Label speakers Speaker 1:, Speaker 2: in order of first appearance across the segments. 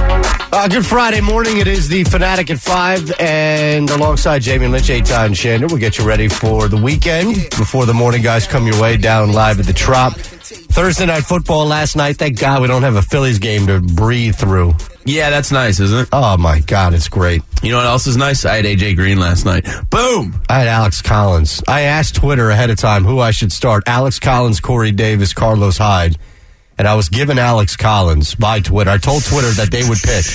Speaker 1: Uh, good Friday morning. It is the Fanatic at 5, and alongside Jamie Lynch, Eitan Shander, we'll get you ready for the weekend before the morning guys come your way down live at the Trop. Thursday night football last night. Thank God we don't have a Phillies game to breathe through.
Speaker 2: Yeah, that's nice, isn't it?
Speaker 1: Oh, my God, it's great.
Speaker 2: You know what else is nice? I had AJ Green last night. Boom!
Speaker 1: I had Alex Collins. I asked Twitter ahead of time who I should start Alex Collins, Corey Davis, Carlos Hyde. And I was given Alex Collins by Twitter. I told Twitter that they would pick.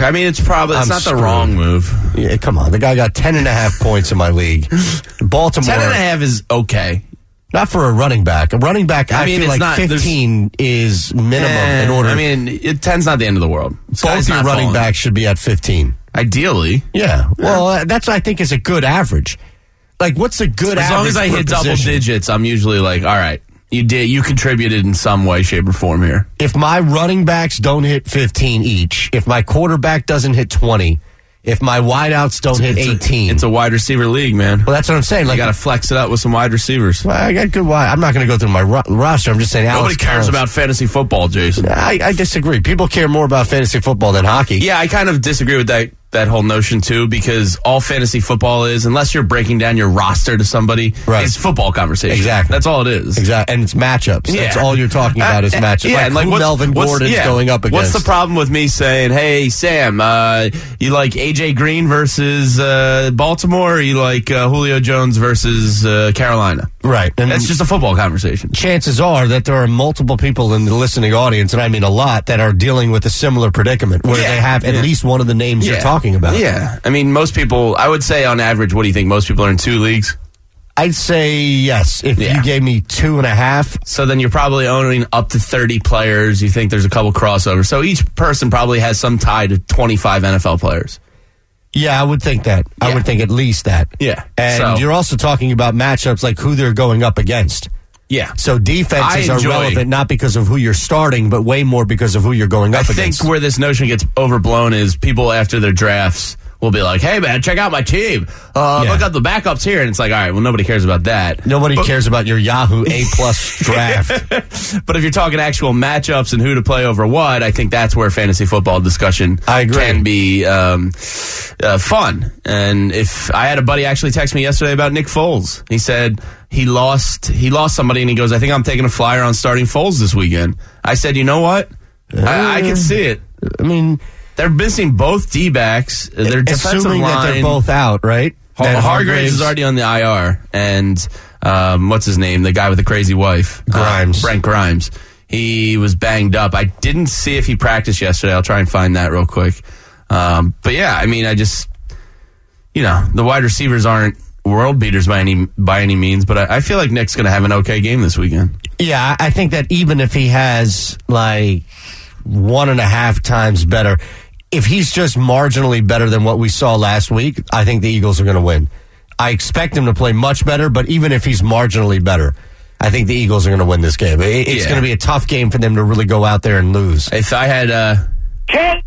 Speaker 2: I mean, it's probably it's
Speaker 1: I'm
Speaker 2: not
Speaker 1: screwed.
Speaker 2: the wrong move.
Speaker 1: Yeah, come on. The guy got 10 and a half points in my league. Baltimore.
Speaker 2: Ten and a half is okay.
Speaker 1: Not for a running back. A running back, I,
Speaker 2: I mean,
Speaker 1: feel
Speaker 2: it's
Speaker 1: like
Speaker 2: not- there's-
Speaker 1: 15 is minimum
Speaker 2: Eh,
Speaker 1: in order.
Speaker 2: I mean, it ten's not the end of the world.
Speaker 1: both
Speaker 2: Sky's
Speaker 1: your
Speaker 2: not
Speaker 1: running
Speaker 2: falling.
Speaker 1: backs should be at 15.
Speaker 2: ideally.
Speaker 1: Yeah. Well, uh, that's, I think, is a good average. Like, what's a good
Speaker 2: As long
Speaker 1: average?
Speaker 2: as I
Speaker 1: for a
Speaker 2: hit double
Speaker 1: position?
Speaker 2: digits, I'm usually like, all right, you did, you contributed in some way, shape, or form here.
Speaker 1: If my running backs don't hit 15 each, if my quarterback doesn't hit 20, if my wideouts don't hit
Speaker 2: It's a-
Speaker 1: 18.
Speaker 2: it's a wide receiver league, man.
Speaker 1: well, that's what I'm saying.
Speaker 2: You
Speaker 1: Like,
Speaker 2: got to flex it up with some wide receivers.
Speaker 1: well, I got good wide. I'm not going to go through my ro- roster. I'm just saying,
Speaker 2: Nobody
Speaker 1: Alex
Speaker 2: cares
Speaker 1: Collins.
Speaker 2: about fantasy football, Jason.
Speaker 1: I, I disagree. People care more about fantasy football than hockey.
Speaker 2: Yeah, I kind of disagree with that that whole notion too, because all fantasy football is, unless you're breaking down your roster to somebody,
Speaker 1: Right.
Speaker 2: is football conversation.
Speaker 1: Exactly.
Speaker 2: That's all it is.
Speaker 1: Exactly, and it's matchups. That's
Speaker 2: Yeah.
Speaker 1: all you're talking about is
Speaker 2: Uh,
Speaker 1: matchups.
Speaker 2: Yeah,
Speaker 1: like,
Speaker 2: and like
Speaker 1: who
Speaker 2: what's,
Speaker 1: Melvin
Speaker 2: what's-
Speaker 1: Gordon's
Speaker 2: yeah.
Speaker 1: going up
Speaker 2: What's
Speaker 1: against.
Speaker 2: the problem with me saying, "Hey, Sam, uh, you like AJ Green versus uh, Baltimore, or you like uh, Julio Jones versus uh, Carolina?"
Speaker 1: Right, and
Speaker 2: That's just a football conversation.
Speaker 1: chances are that there are multiple people in the listening audience, and I mean a lot, that are dealing with a similar predicament where
Speaker 2: Yeah,
Speaker 1: they have at
Speaker 2: yeah.
Speaker 1: least one of the names you're talking about.
Speaker 2: Yeah, I mean, most people. I would say, on average, what do you think? Most people are in two leagues.
Speaker 1: I'd say yes. If
Speaker 2: Yeah.
Speaker 1: you gave me two and a half,
Speaker 2: So then you're probably owning up to 30 players. You think there's a couple crossovers. So each person probably has some tie to 25 NFL players.
Speaker 1: yeah, I would think that. I
Speaker 2: Yeah.
Speaker 1: would think at least that.
Speaker 2: Yeah,
Speaker 1: and
Speaker 2: so-
Speaker 1: you're also talking about matchups like who they're going up against.
Speaker 2: Yeah. So
Speaker 1: So defenses
Speaker 2: I
Speaker 1: are
Speaker 2: enjoy-
Speaker 1: relevant not because of who you're starting, but way more because of who you're going
Speaker 2: I
Speaker 1: up
Speaker 2: think
Speaker 1: against.
Speaker 2: where this notion gets overblown is people after their drafts will be like, hey, man, check out my team. Uh,
Speaker 1: Yeah.
Speaker 2: Look at the backups here. And it's like, all right, well, nobody cares about that.
Speaker 1: Nobody cares about your Yahoo A plus draft.
Speaker 2: But if you're talking actual matchups and who to play over what, I think that's where fantasy football discussion
Speaker 1: I agree.
Speaker 2: can be um, uh, fun. And if I had a buddy actually text me yesterday about Nick Foles, he said he lost he lost somebody, and he goes, "I think I'm taking a flyer on starting Foles this weekend." I said, "You know what? I, I can see it.
Speaker 1: Um, I mean,
Speaker 2: They're missing both D backs. Their defensive
Speaker 1: assuming
Speaker 2: line.
Speaker 1: that they're both out, right?
Speaker 2: Har-
Speaker 1: That
Speaker 2: Hargraves, is already on the IR, and um, what's his name? The guy with the crazy wife, Uh,
Speaker 1: Grimes.
Speaker 2: Brent Grimes. He was banged up. I didn't see if he practiced yesterday. I'll try and find that real quick. Um, but yeah, I mean, I just you know the wide receivers aren't world beaters by any by any means, but I, I feel like Nick's going to have an okay game this weekend.
Speaker 1: Yeah, I I think that even if he has like one and a half times better, if he's just marginally better than what we saw last week, I think the Eagles are going to win. I expect him to play much better, but even if he's marginally better, I think the Eagles are going to win this game. It- it's
Speaker 2: Yeah.
Speaker 1: going to be a tough game for them to really go out there and lose.
Speaker 2: If I had uh,
Speaker 3: K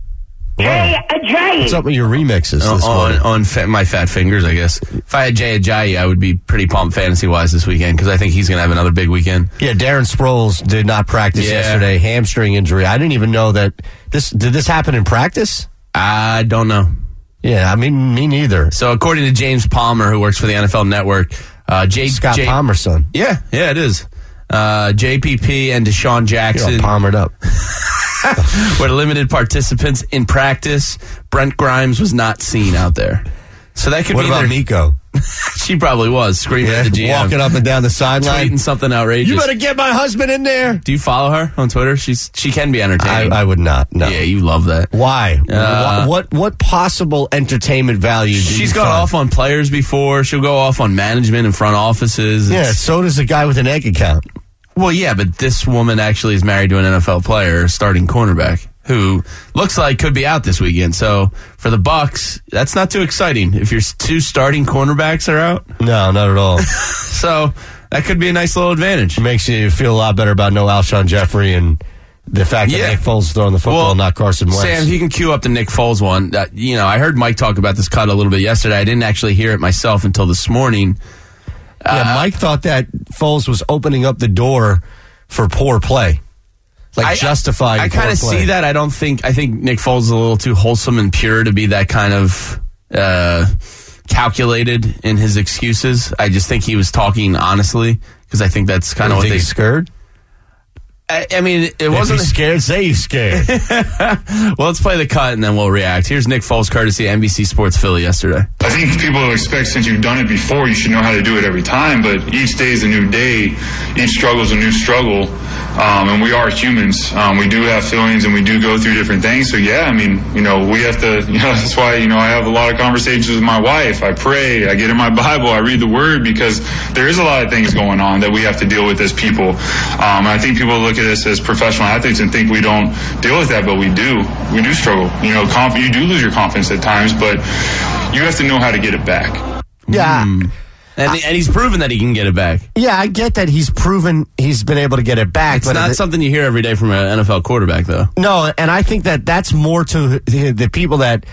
Speaker 3: K
Speaker 1: What's
Speaker 3: Ajayi.
Speaker 1: up with your remixes this
Speaker 2: Uh, on,
Speaker 1: morning?
Speaker 2: on fa- my fat fingers, I guess if I had Jay Ajayi, I would be pretty pumped fantasy wise this weekend because I think he's going to have another big weekend.
Speaker 1: Yeah, Darren Sproles did not practice
Speaker 2: oh. Yeah.
Speaker 1: yesterday. Hamstring injury. I didn't even know that this did this happen in practice?
Speaker 2: I don't know.
Speaker 1: Yeah, I mean me neither.
Speaker 2: So according to James Palmer, who works for the NFL Network, uh, J-
Speaker 1: Scott
Speaker 2: J-
Speaker 1: Palmer's son.
Speaker 2: Yeah, yeah, it is. Uh, JPP and Deshaun
Speaker 1: You're all
Speaker 2: Jackson
Speaker 1: palmered up.
Speaker 2: were limited participants in practice. Brent Grimes was not seen out there. So that could
Speaker 1: What
Speaker 2: be
Speaker 1: about
Speaker 2: their-
Speaker 1: Nico?
Speaker 2: She probably was screaming at the GM,
Speaker 1: Walking up and down the
Speaker 2: tweeting
Speaker 1: sideline.
Speaker 2: something outrageous.
Speaker 1: You better get my husband in there.
Speaker 2: Do you follow her on Twitter? She's she can be
Speaker 1: I,
Speaker 2: entertaining.
Speaker 1: I would not. No.
Speaker 2: yeah, you love that. Uh,
Speaker 1: Why? Wh- what what possible entertainment value? Do
Speaker 2: She's
Speaker 1: you
Speaker 2: gone
Speaker 1: find?
Speaker 2: off on players before. She'll go off on management and front offices.
Speaker 1: Yeah.
Speaker 2: It's-
Speaker 1: So does the guy with an egg account.
Speaker 2: Well, yeah, but this woman actually is married to an NFL player, starting cornerback, who looks like could be out this weekend. So for the Bucks, that's not too exciting if your s- two starting cornerbacks are out.
Speaker 1: No, not at all.
Speaker 2: So that could be a nice little advantage.
Speaker 1: Makes you feel a lot better about no Alshon Jeffrey and the fact that
Speaker 2: Yeah.
Speaker 1: Nick Foles is throwing the football,
Speaker 2: Well,
Speaker 1: not Carson Wentz.
Speaker 2: Sam, you can cue up the Nick Foles one. Uh, you know, I heard Mike talk about this cut a little bit yesterday. I didn't actually hear it myself until this morning. Uh,
Speaker 1: Yeah, Mike thought that Foles was opening up the door for poor play. like
Speaker 2: I-
Speaker 1: justifying.
Speaker 2: I
Speaker 1: poor
Speaker 2: kind of
Speaker 1: play.
Speaker 2: see that. I don't think. I think Nick Foles is a little too wholesome and pure to be that kind of uh, calculated in his excuses. I just think he was talking honestly because I think that's kind of
Speaker 1: You
Speaker 2: what
Speaker 1: think
Speaker 2: they.
Speaker 1: he's scared.
Speaker 2: I, I mean, it
Speaker 1: If
Speaker 2: wasn't.
Speaker 1: he's scared, say he's scared.
Speaker 2: Well, let's play the cut and then we'll react. Here's Nick Foles, courtesy of NBC Sports Philly yesterday.
Speaker 4: I think people expect since you've done it before, you should know how to do it every time. But each day is a new day. Each struggle is a new struggle. Um, and we are humans. Um, we do have feelings, and we do go through different things. So yeah, I mean, you know, we have to. You know, that's why you know I have a lot of conversations with my wife. I pray. I get in my Bible. I read the Word because there is a lot of things going on that we have to deal with as people. Um, I think people look at us as professional athletes and think we don't deal with that, but we do. We do struggle. You know, conf- you do lose your confidence at times, but you have to know how to get it back.
Speaker 1: yeah,
Speaker 2: And, and he's proven that he can get it back.
Speaker 1: yeah. I get that he's proven he's been able to get it back.
Speaker 2: It's
Speaker 1: but
Speaker 2: not
Speaker 1: it-
Speaker 2: something you hear every day from an NFL quarterback, though.
Speaker 1: No, and I think that that's more to the the people that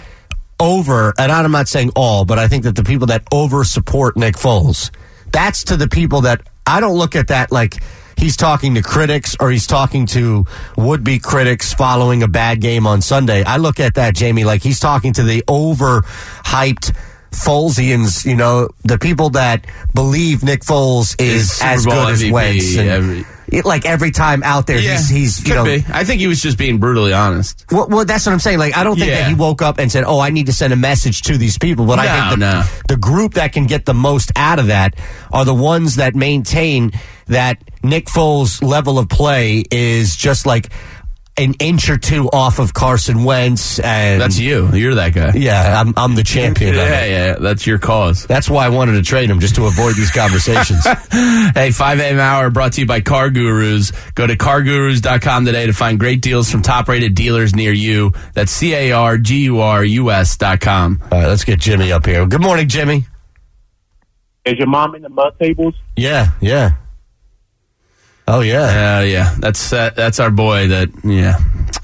Speaker 1: over, and I'm not saying all, but I think that the people that over support Nick Foles, that's to the people that I don't look at that like he's talking to critics or he's talking to would be critics following a bad game on Sunday. I look at that, Jamie, like he's talking to the over hyped. Folesians, you know, the people that believe Nick Foles
Speaker 2: Is
Speaker 1: is
Speaker 2: Super
Speaker 1: as
Speaker 2: Bowl
Speaker 1: good as
Speaker 2: MVP
Speaker 1: Wentz. and-
Speaker 2: every-
Speaker 1: it- like every time out there, he's, he's you
Speaker 2: could
Speaker 1: know,
Speaker 2: be. I think he was just being brutally honest.
Speaker 1: well, well, that's what I'm saying. Like, I don't think
Speaker 2: Yeah.
Speaker 1: that he woke up and said, "Oh, I need to send a message to these people." But I
Speaker 2: No,
Speaker 1: think the,
Speaker 2: no.
Speaker 1: the group that can get the most out of that are the ones that maintain that Nick Foles' level of play is just like an inch or two off of Carson Wentz. And
Speaker 2: That's you. You're that guy.
Speaker 1: yeah, I'm I'm the champion. of
Speaker 2: yeah,
Speaker 1: it.
Speaker 2: yeah. That's your cause.
Speaker 1: That's why I wanted to trade him just to avoid these conversations.
Speaker 2: Hey, 5 a.m. hour brought to you by Car Gurus. Go to cargurus.com today to find great deals from top rated dealers near you. That's C A R G U R U S dot com.
Speaker 1: All right, let's get Jimmy up here. Good morning, Jimmy.
Speaker 5: Is your mom in the mud tables?
Speaker 1: Yeah, yeah. Oh yeah.
Speaker 2: Uh, yeah, that's uh, that's our boy that, yeah.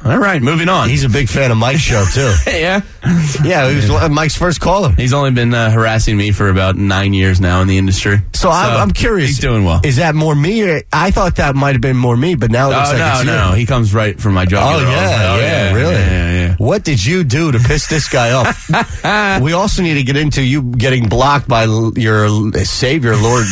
Speaker 2: All right, moving on.
Speaker 1: He's a big fan of Mike's show too.
Speaker 2: yeah.
Speaker 1: Yeah, he was one- Mike's first caller.
Speaker 2: He's only been uh, harassing me for about nine years now in the industry.
Speaker 1: So, I'm, I'm curious.
Speaker 2: He's doing well.
Speaker 1: Is that more me? Or, I thought that might have been more me, but now it
Speaker 2: oh,
Speaker 1: looks like
Speaker 2: no,
Speaker 1: it's
Speaker 2: no.
Speaker 1: you.
Speaker 2: He comes right from my job.
Speaker 1: Oh yeah, yeah, really.
Speaker 2: Yeah, yeah.
Speaker 1: What did you do to piss this guy off? we also need to get into you getting blocked by l- your l- savior, Lord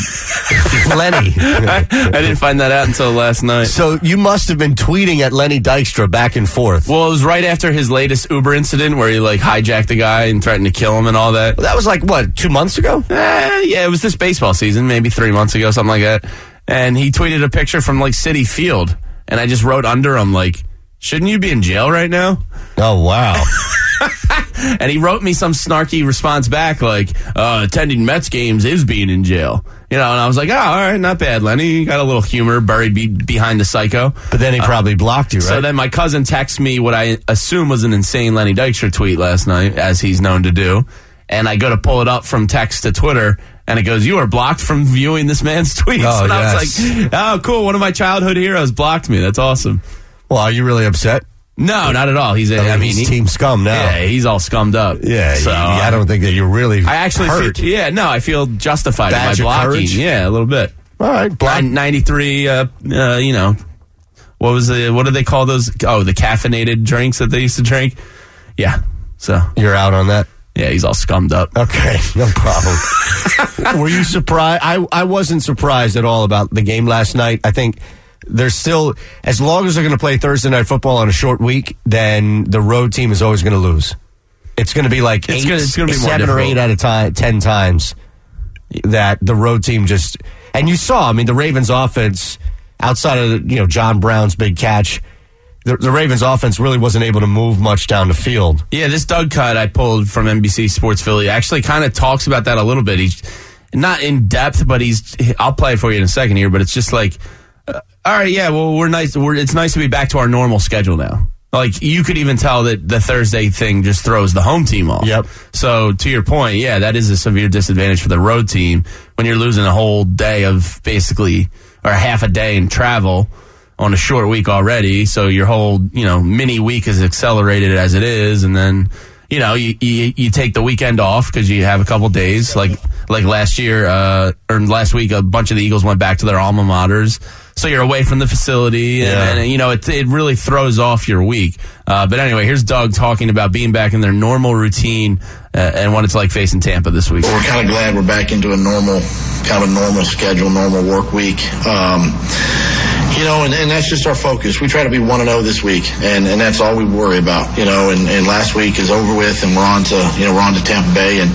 Speaker 1: Lenny.
Speaker 2: I didn't find that out until last night.
Speaker 1: so you must have been tweeting at Lenny Dykstra back and forth.
Speaker 2: Well, it was right after his latest Uber incident where he like hijacked the guy and threatened to kill him and all that.
Speaker 1: that was like what two months ago.
Speaker 2: Eh, yeah, it was this baseball season, maybe three months ago, something like that. And he tweeted a picture from like City Field, and I just wrote under him like, "Shouldn't you be in jail right now?"
Speaker 1: Oh wow.
Speaker 2: And he wrote me some snarky response back like, uh, "Attending Mets games is being in jail." You know, and I was like, "Oh, all right, not bad, Lenny. You got a little humor buried be- behind the psycho." Uh,
Speaker 1: but then he probably blocked you, right?
Speaker 2: So then my cousin texts me what I assume was an insane Lenny Dykstra tweet last night, as he's known to do. And I go to pull it up from text to Twitter, and it goes, You are blocked from viewing this man's tweets.
Speaker 1: Oh,
Speaker 2: and I
Speaker 1: yes.
Speaker 2: was like, Oh, cool. One of my childhood heroes blocked me. That's awesome.
Speaker 1: well, are you really upset?
Speaker 2: No, not at all. He's a, I mean,
Speaker 1: he's
Speaker 2: he-
Speaker 1: team scum now.
Speaker 2: yeah, he's all scummed up.
Speaker 1: Yeah,
Speaker 2: So uh,
Speaker 1: y- I don't think that you're really.
Speaker 2: I actually
Speaker 1: hurt.
Speaker 2: feel, yeah, no, I feel justified
Speaker 1: Badge
Speaker 2: in my
Speaker 1: of
Speaker 2: blocking.
Speaker 1: courage?
Speaker 2: Yeah, a little bit.
Speaker 1: All right, block.
Speaker 2: Nine- 93 uh, uh you know what was the what do they call those oh the caffeinated drinks that they used to drink yeah so
Speaker 1: You're out on that.
Speaker 2: yeah he's all scummed up
Speaker 1: Okay, no problem. Were you surprised? I I wasn't surprised at all about the game last night. I think they're still as long as they're going to play Thursday night football on a short week, then the road team is always going to lose. It's going to be like
Speaker 2: It's
Speaker 1: eight,
Speaker 2: gonna- it's gonna be more
Speaker 1: seven or
Speaker 2: difficult.
Speaker 1: eight out of time, ten times that the road team just. And you saw, I mean, the Ravens' offense outside of you know John Brown's big catch, the, the Ravens' offense really wasn't able to move much down the field.
Speaker 2: yeah this doug cut i pulled from nbc sports philly actually kind of talks about that a little bit he's not in depth but he's i'll play it for you in a second here but it's just like uh, all right yeah well we're nice we're, it's nice to be back to our normal schedule now like you could even tell that the thursday thing just throws the home team off
Speaker 1: Yep.
Speaker 2: So to your point, yeah, that is a severe disadvantage for the road team when you're losing a whole day of basically or half a day in travel on a short week already. So your whole you know mini week is accelerated as it is, and then you know you you, you take the weekend off because you have a couple days like Like last year uh, or last week, a bunch of the Eagles went back to their alma maters. So you're away from the facility, and,
Speaker 1: Yeah.
Speaker 2: and, you know it, it really throws off your week. Uh, but anyway, here's Doug talking about being back in their normal routine uh, and what it's like facing Tampa this week.
Speaker 6: We're kind of glad we're back into a normal, kind of normal schedule, normal work week. Um, you know, and, and that's just our focus. We try to be 1 and 0 this week, and, and that's all we worry about, you know. And, and last week is over with, and we're on to, you know, we're on to Tampa Bay and,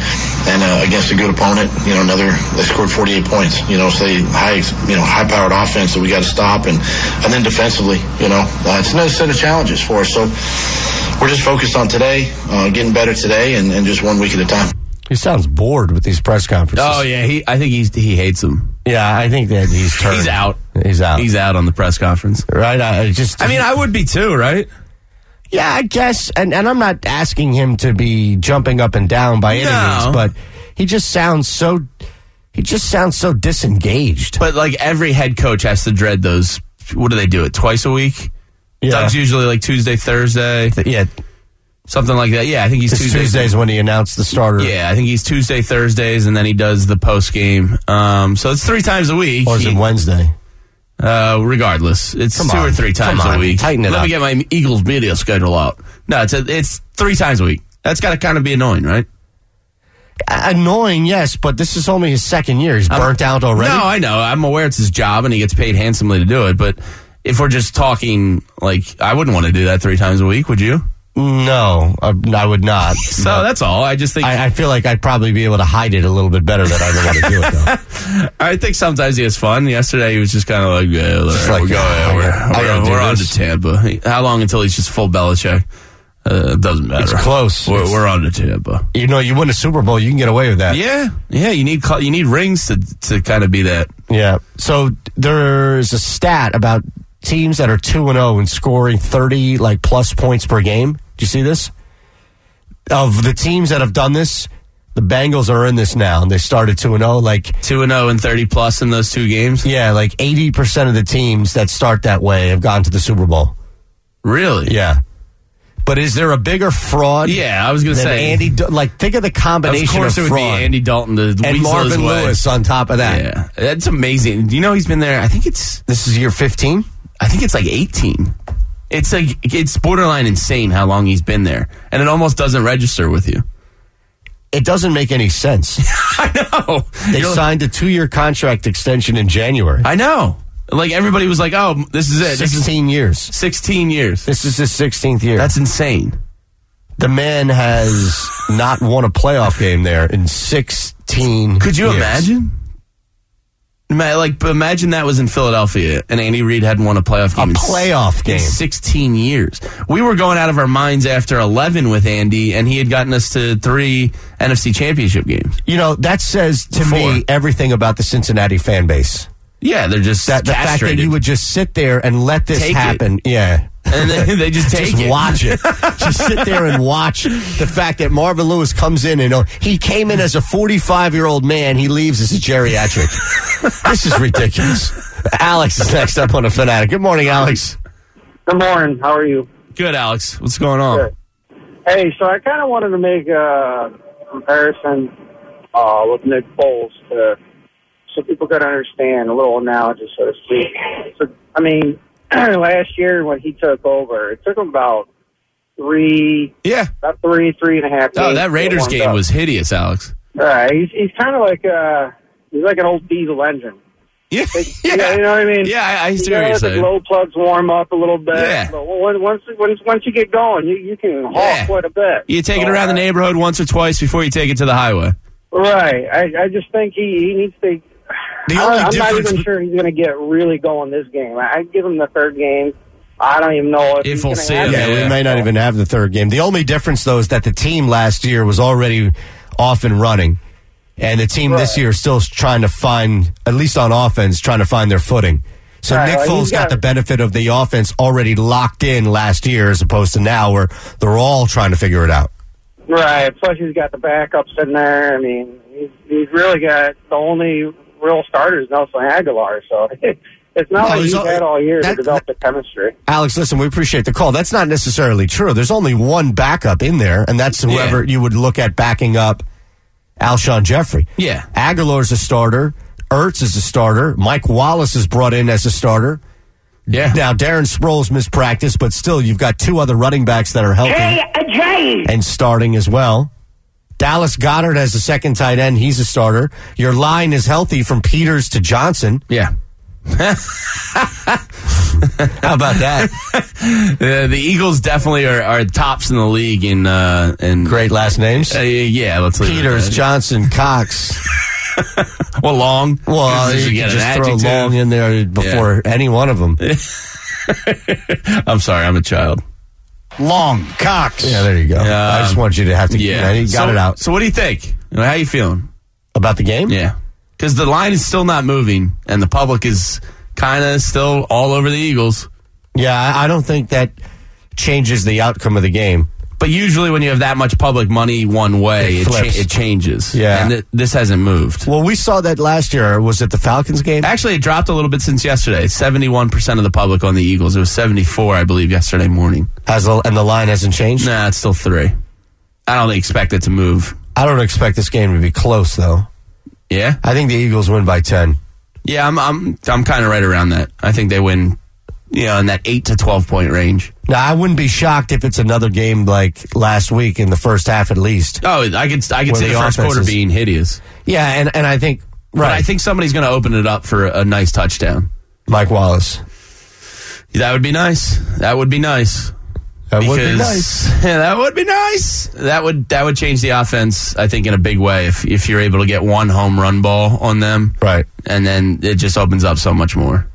Speaker 6: and uh, against a good opponent, you know, another, they scored 48 points, you know, so they high, you know, high powered offense that we got to stop. And, and then defensively, you know, uh, it's another set of challenges for us. So we're just focused on today, uh, getting better today, and, and just one week at a time.
Speaker 1: He sounds bored with these press conferences.
Speaker 2: Oh yeah, he, I think he's, he hates them.
Speaker 1: yeah, I think that he's turned.
Speaker 2: He's out.
Speaker 1: He's out.
Speaker 2: He's out on the press conference.
Speaker 1: right. I I just.
Speaker 2: I mean, I would be too, right?
Speaker 1: Yeah, I guess, and, and I'm not asking him to be jumping up and down by any
Speaker 2: No.
Speaker 1: means, but he just sounds so he just sounds so disengaged.
Speaker 2: But like every head coach has to dread those. What do they do? It twice a week.
Speaker 1: Yeah.
Speaker 2: Doug's usually like Tuesday, Thursday,
Speaker 1: yeah,
Speaker 2: something like that. Yeah, I think he's
Speaker 1: it's
Speaker 2: Tuesday.
Speaker 1: Tuesdays when he announced the starter,
Speaker 2: Yeah, I think he's Tuesday, Thursdays, and then he does the post game. Um, so it's three times a week.
Speaker 1: or is it
Speaker 2: He-
Speaker 1: Wednesday?
Speaker 2: Uh, regardless, it's
Speaker 1: Come
Speaker 2: two
Speaker 1: on.
Speaker 2: or three
Speaker 1: Come
Speaker 2: times
Speaker 1: on.
Speaker 2: a week.
Speaker 1: Tighten it
Speaker 2: Let
Speaker 1: up.
Speaker 2: me get my Eagles media schedule out. No, it's a, it's three times a week. That's got to kind of be annoying, right?
Speaker 1: A- Annoying, yes, but this is only his second year. He's burnt out already.
Speaker 2: Uh, No, I know. I'm aware it's his job and he gets paid handsomely to do it. But if we're just talking, like, I wouldn't want to do that three times a week, would you?
Speaker 1: No, I, I would not.
Speaker 2: So that's all. I just think I,
Speaker 1: Uh, I, I feel like I'd probably be able to hide it a little bit better than I don't want to do it though.
Speaker 2: think sometimes he has fun. Yesterday he was just kind of like, yeah, all right,
Speaker 1: like,
Speaker 2: we're going,
Speaker 1: "Ah, I
Speaker 2: we're,
Speaker 1: gotta- I
Speaker 2: we're-
Speaker 1: gotta do
Speaker 2: we're on to
Speaker 1: this."
Speaker 2: Tampa. How long until he's just full Belichick? Uh, it doesn't matter.
Speaker 1: It's close.
Speaker 2: We're,
Speaker 1: It's-
Speaker 2: we're on to Tampa.
Speaker 1: You know, you win a Super Bowl, you can get away with that.
Speaker 2: Yeah, yeah. You need col- you need rings to to kind of be that.
Speaker 1: Yeah. So there's a stat about teams that are 2 and 0 and scoring 30 like plus points per game. Do you see this? Of the teams that have done this, the Bengals are in this now and they started 2 and 0 like
Speaker 2: Two and zero and thirty plus in those two games.
Speaker 1: yeah, like 80% of the teams that start that way have gone to the Super Bowl.
Speaker 2: Really?
Speaker 1: Yeah. But is there a bigger fraud
Speaker 2: Yeah, I was gonna
Speaker 1: than
Speaker 2: say
Speaker 1: Andy Dal- like think of the combination
Speaker 2: Of
Speaker 1: of,
Speaker 2: course, it would
Speaker 1: fraud
Speaker 2: be Andy Dalton to
Speaker 1: and Marvin Lewis on top of that.
Speaker 2: Yeah, that's amazing. Do you know he's been there? I think it's
Speaker 1: This is year 15?
Speaker 2: I think it's like 18. It's like it's borderline insane how long he's been there, and it almost doesn't register with you.
Speaker 1: It doesn't make any sense.
Speaker 2: Oh,
Speaker 1: They
Speaker 2: you're like-
Speaker 1: signed a two-year contract extension in January.
Speaker 2: I know. Like everybody was like, "Oh, this is it. This is
Speaker 1: Sixteen years.
Speaker 2: 16 years.
Speaker 1: This is his sixteenth year.
Speaker 2: That's insane."
Speaker 1: the man has not won a playoff game there in sixteen.
Speaker 2: Could you
Speaker 1: years.
Speaker 2: imagine? Ma- Like, but imagine that was in Philadelphia, and Andy Reid hadn't won a playoff game.
Speaker 1: A
Speaker 2: in s-
Speaker 1: playoff
Speaker 2: in
Speaker 1: game.
Speaker 2: sixteen years. We were going out of our minds after eleven with Andy, and he had gotten us to three NFC Championship games.
Speaker 1: You know that says to
Speaker 2: Four.
Speaker 1: me everything about the Cincinnati fan base.
Speaker 2: Yeah, they're just
Speaker 1: That the fact that
Speaker 2: castrated.
Speaker 1: you would just sit there and let this
Speaker 2: Take it.
Speaker 1: happen. Yeah.
Speaker 2: and they, they just take
Speaker 1: Just
Speaker 2: it.
Speaker 1: watch it. Just sit there and watch the fact that Marvin Lewis comes in and oh, he came in as a 45 year old man. He leaves as a geriatric. this is ridiculous. Alex is next up on a fanatic. Good morning, Alex.
Speaker 5: Good morning. How are you?
Speaker 2: Good, Alex. What's going on?
Speaker 5: Good. Hey, so I kind of wanted to make a comparison uh, with Nick Foles to, so people could understand a little analogy, so to speak. So, I mean, last year when he took over, it took him about three,
Speaker 2: Yeah.
Speaker 5: about three, three and a half.
Speaker 2: Oh,
Speaker 5: games
Speaker 2: that
Speaker 5: to get
Speaker 2: Raiders
Speaker 5: warmed
Speaker 2: game
Speaker 5: up.
Speaker 2: was hideous, Alex.
Speaker 5: Right, he's he's kind of like uh he's like an old diesel engine.
Speaker 2: Yeah,
Speaker 5: Yeah, you
Speaker 2: yeah,
Speaker 5: know what I mean.
Speaker 2: yeah. I, I hear
Speaker 5: You
Speaker 2: what
Speaker 5: gotta
Speaker 2: you're
Speaker 5: let the
Speaker 2: saying.
Speaker 5: glow plugs warm up a little bit.
Speaker 2: Yeah.
Speaker 5: But once once once- once you get going, you, you can haul
Speaker 2: Yeah.
Speaker 5: quite a bit.
Speaker 2: You take it
Speaker 5: So,
Speaker 2: around the
Speaker 5: uh,
Speaker 2: neighborhood once or twice before you take it to the highway.
Speaker 5: Right. I, I just think he, he needs to.
Speaker 1: The
Speaker 5: I,
Speaker 1: only
Speaker 5: I'm not
Speaker 1: difference-
Speaker 5: even sure he's going to get really going this game. I, I'd give him the third game. I don't even know if,
Speaker 2: If
Speaker 5: he's
Speaker 2: we'll
Speaker 5: gonna
Speaker 2: see
Speaker 5: have
Speaker 2: him,
Speaker 5: it.
Speaker 1: Yeah, we may not even have the third game. The only difference, though, is that the team last year was already off and running, and the team this year is still trying to find, at least on offense, trying to find their footing. So
Speaker 5: Right,
Speaker 1: Nick
Speaker 5: well,
Speaker 1: Foles
Speaker 5: he's
Speaker 1: got
Speaker 5: got-
Speaker 1: the benefit of the offense already locked in last year, as opposed to now where they're all trying to figure it out.
Speaker 5: Right. Plus, he's got the backups in there. I mean, he's, he's really got the only real starter is Nelson Aguilar. So it's not
Speaker 1: No,
Speaker 5: like
Speaker 1: he's
Speaker 5: he's
Speaker 1: al-
Speaker 5: had all year
Speaker 1: that-
Speaker 5: to develop the chemistry.
Speaker 1: Alex, listen, we appreciate the call. That's not necessarily true. There's only one backup in there, and that's whoever you would look at backing up Alshon Jeffrey.
Speaker 2: Yeah.
Speaker 1: Aguilar's a starter. Ertz is a starter. Mike Wallace is brought in as a starter.
Speaker 2: Yeah.
Speaker 1: Now Darren Sproles mispracticed, but still you've got two other running backs that are healthy
Speaker 3: K-A-J.
Speaker 1: and starting as well. Dallas Goddard has a second tight end. He's a starter. Your line is healthy from Peters to Johnson.
Speaker 2: Yeah.
Speaker 1: How about that?
Speaker 2: The, the Eagles definitely are, are tops in the league in uh in
Speaker 1: Great last names.
Speaker 2: Uh, yeah, let's leave it at
Speaker 1: Peters,
Speaker 2: that.
Speaker 1: Johnson, Cox.
Speaker 2: well, long.
Speaker 1: Um, Well,
Speaker 2: Just
Speaker 1: you
Speaker 2: get an
Speaker 1: can just throw
Speaker 2: adjective.
Speaker 1: long in there before any one of them.
Speaker 2: I'm sorry, I'm a child.
Speaker 7: Long Cox.
Speaker 1: Yeah, there you go. I just want you to have to.
Speaker 2: Yeah,
Speaker 1: Yeah, you, got
Speaker 2: so,
Speaker 1: it out
Speaker 2: So, what do you think? How you feeling?
Speaker 1: about the game.
Speaker 2: Yeah, because the line is still not moving, and the public is kind of still all over the Eagles.
Speaker 1: Yeah, I, I don't think that changes the outcome of the game.
Speaker 2: But usually, when you have that much public money one way,
Speaker 1: It
Speaker 2: it,
Speaker 1: flips.
Speaker 2: cha- it changes.
Speaker 1: Yeah.
Speaker 2: and th- this hasn't moved.
Speaker 1: Well, we saw that last year. Was it the Falcons game?
Speaker 2: Actually, it dropped a little bit since yesterday. Seventy-one percent of the public on the Eagles. It was seventy-four, I believe, yesterday morning.
Speaker 1: Has the, and the line hasn't changed.
Speaker 2: Nah, it's still three. I don't expect it to move.
Speaker 1: I don't expect this game to be close though.
Speaker 2: Yeah,
Speaker 1: I think the Eagles win by ten.
Speaker 2: yeah. I'm, I'm, I'm kind of right around that. I think they win. You know, in that eight to twelve point range.
Speaker 1: Now, I wouldn't be shocked if it's another game like last week in the first half at least.
Speaker 2: Oh, I could I could
Speaker 1: Where
Speaker 2: see
Speaker 1: the
Speaker 2: the first
Speaker 1: offense
Speaker 2: quarter
Speaker 1: is-
Speaker 2: being hideous.
Speaker 1: Yeah, and and I think
Speaker 2: But
Speaker 1: right.
Speaker 2: I think somebody's going to open it up for a nice touchdown.
Speaker 1: Mike Wallace.
Speaker 2: That would be nice. That would be nice.
Speaker 1: That
Speaker 2: because,
Speaker 1: would be nice.
Speaker 2: Yeah, that would be nice. That would that would change the offense. I think in a big way if if you're able to get one home run ball on them,
Speaker 1: Right.
Speaker 2: and then it just opens up so much more.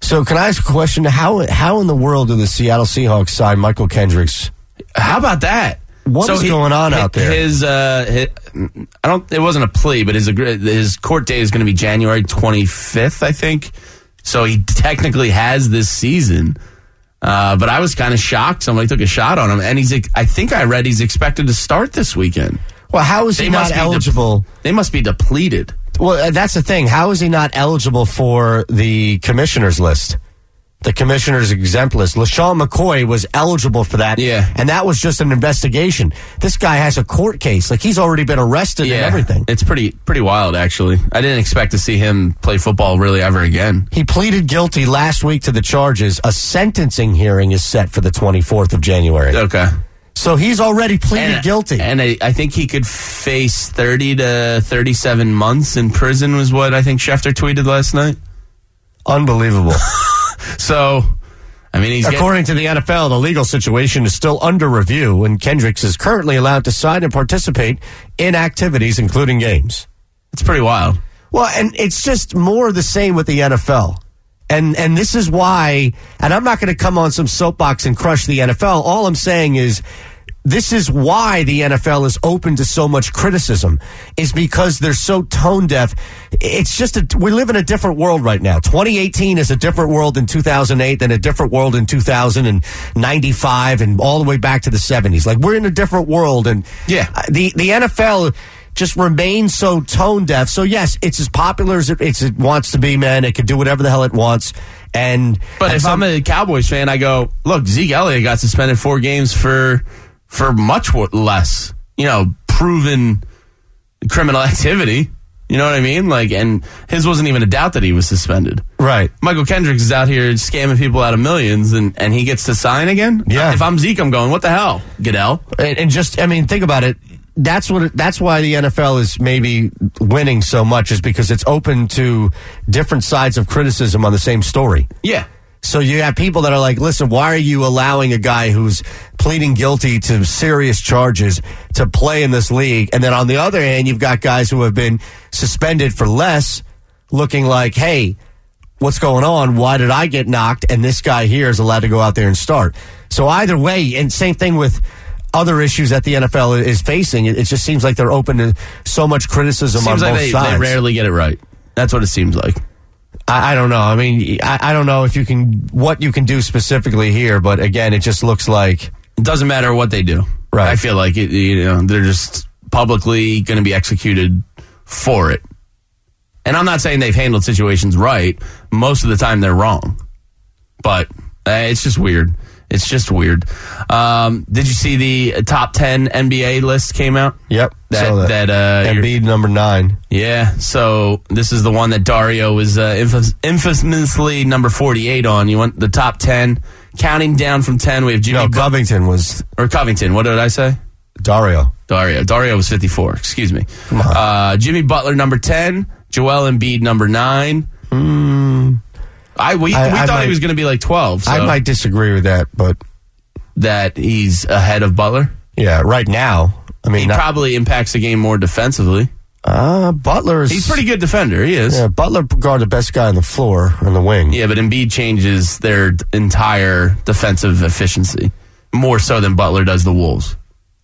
Speaker 1: So, can I ask a question? How how in the world do the Seattle Seahawks sign Michael Kendricks?
Speaker 2: How about that?
Speaker 1: What
Speaker 2: What is
Speaker 1: is going on out there?
Speaker 2: His, uh, hi- I don't. It wasn't a plea, but his agre- his court date is going to be January 25th, I think. So he technically has this season. Uh, but I was kind of shocked. Somebody took a shot on him, and he's. ex- I think I read he's expected to start this weekend.
Speaker 1: Well, how is
Speaker 2: They
Speaker 1: he not
Speaker 2: must be de-
Speaker 1: eligible?
Speaker 2: They must be depleted.
Speaker 1: Well, uh, that's the thing. How is he not eligible for the commissioner's list? The commissioner's exempt list. LaShawn McCoy was eligible for that.
Speaker 2: Yeah.
Speaker 1: And that was just an investigation. This guy has a court case. Like, he's already been arrested and everything.
Speaker 2: It's pretty pretty wild, actually. I didn't expect to see him play football really ever again.
Speaker 1: He pleaded guilty last week to the charges. A sentencing hearing is set for the 24th of January.
Speaker 2: Okay.
Speaker 1: So he's already pleaded guilty.
Speaker 2: And I, I think he could face 30 to 37 months in prison, was what I think Schefter tweeted last night.
Speaker 1: Unbelievable.
Speaker 2: So, Oh, I mean, he's getting,
Speaker 1: According to the NFL, the legal situation is still under review, and Kendricks is currently allowed to sign and participate in activities, including games.
Speaker 2: it's pretty wild.
Speaker 1: Well, and it's just more of the same with the NFL. And and this is why and I'm not going to come on some soapbox and crush the NFL. All I'm saying is this is why the NFL is open to so much criticism is because they're so tone deaf. It's just a, we live in a different world right now. 2018 is a different world than 2008 than a different world in 2095 and all the way back to the 70s. Like we're in a different world and
Speaker 2: Yeah.
Speaker 1: the the NFL just remains so tone deaf. So yes, it's as popular as it, it's, it wants to be, man. It can do whatever the hell it wants. And
Speaker 2: But if I'm a Cowboys fan, I go, look, Zeke Elliott got suspended four games for for much wo- less, you know, proven criminal activity. You know what I mean? Like, and his wasn't even a doubt that he was suspended.
Speaker 1: right,
Speaker 2: Michael Kendricks is out here scamming people out of millions, and, and he gets to sign again.
Speaker 1: Yeah.
Speaker 2: If I'm Zeke, I'm going. What the hell, Goodell?
Speaker 1: and, and just I mean, think about it. That's what. it- That's why the NFL is maybe winning so much is because it's open to different sides of criticism on the same story.
Speaker 2: Yeah.
Speaker 1: So you have people that are like, listen, why are you allowing a guy who's pleading guilty to serious charges to play in this league? And then on the other hand, you've got guys who have been suspended for less looking like, hey, what's going on? Why did I get knocked? And this guy here is allowed to go out there and start. So either way, and same thing with other issues that the NFL is facing. It, it just seems like they're open to so much criticism on
Speaker 2: Seems like
Speaker 1: both
Speaker 2: they, they
Speaker 1: sides.
Speaker 2: rarely get it right. That's what it seems like.
Speaker 1: I, I don't know. I mean, I, I don't know if you can what you can do specifically here, but again, it just looks like
Speaker 2: It doesn't matter what they do.
Speaker 1: Right.
Speaker 2: I feel like it, you know they're just publicly going to be executed for it. And I'm not saying they've handled situations right. Most of the time, they're wrong. But uh, it's just weird. It's just weird. Um, did you see the top ten NBA list came out?
Speaker 1: yep.
Speaker 2: That
Speaker 1: Saw that.
Speaker 2: that uh, you're-
Speaker 1: Embiid number nine.
Speaker 2: yeah. So this is the one that Dario was uh, infam- infamously number forty-eight on. You want the top ten? Counting down from ten, we have Jimmy
Speaker 1: No,
Speaker 2: Bu-
Speaker 1: Covington was
Speaker 2: or Covington. What did I say?
Speaker 1: Dario.
Speaker 2: Dario. Dario was 54. Excuse me. Uh, Jimmy Butler, number 10. Joel Embiid, number 9. I, we
Speaker 1: I-
Speaker 2: we
Speaker 1: Hmm. I
Speaker 2: thought
Speaker 1: might-
Speaker 2: he was going to be like 12. So
Speaker 1: I might disagree with that, but
Speaker 2: That he's ahead of Butler.
Speaker 1: yeah, right now, I
Speaker 2: He
Speaker 1: mean, not-
Speaker 2: probably impacts the game more defensively.
Speaker 1: uh, Butler's
Speaker 2: He's a pretty good defender. He is.
Speaker 1: Yeah, Butler guard the best guy on the floor on the wing.
Speaker 2: Yeah, but Embiid changes their d- entire defensive efficiency more so than Butler does the Wolves.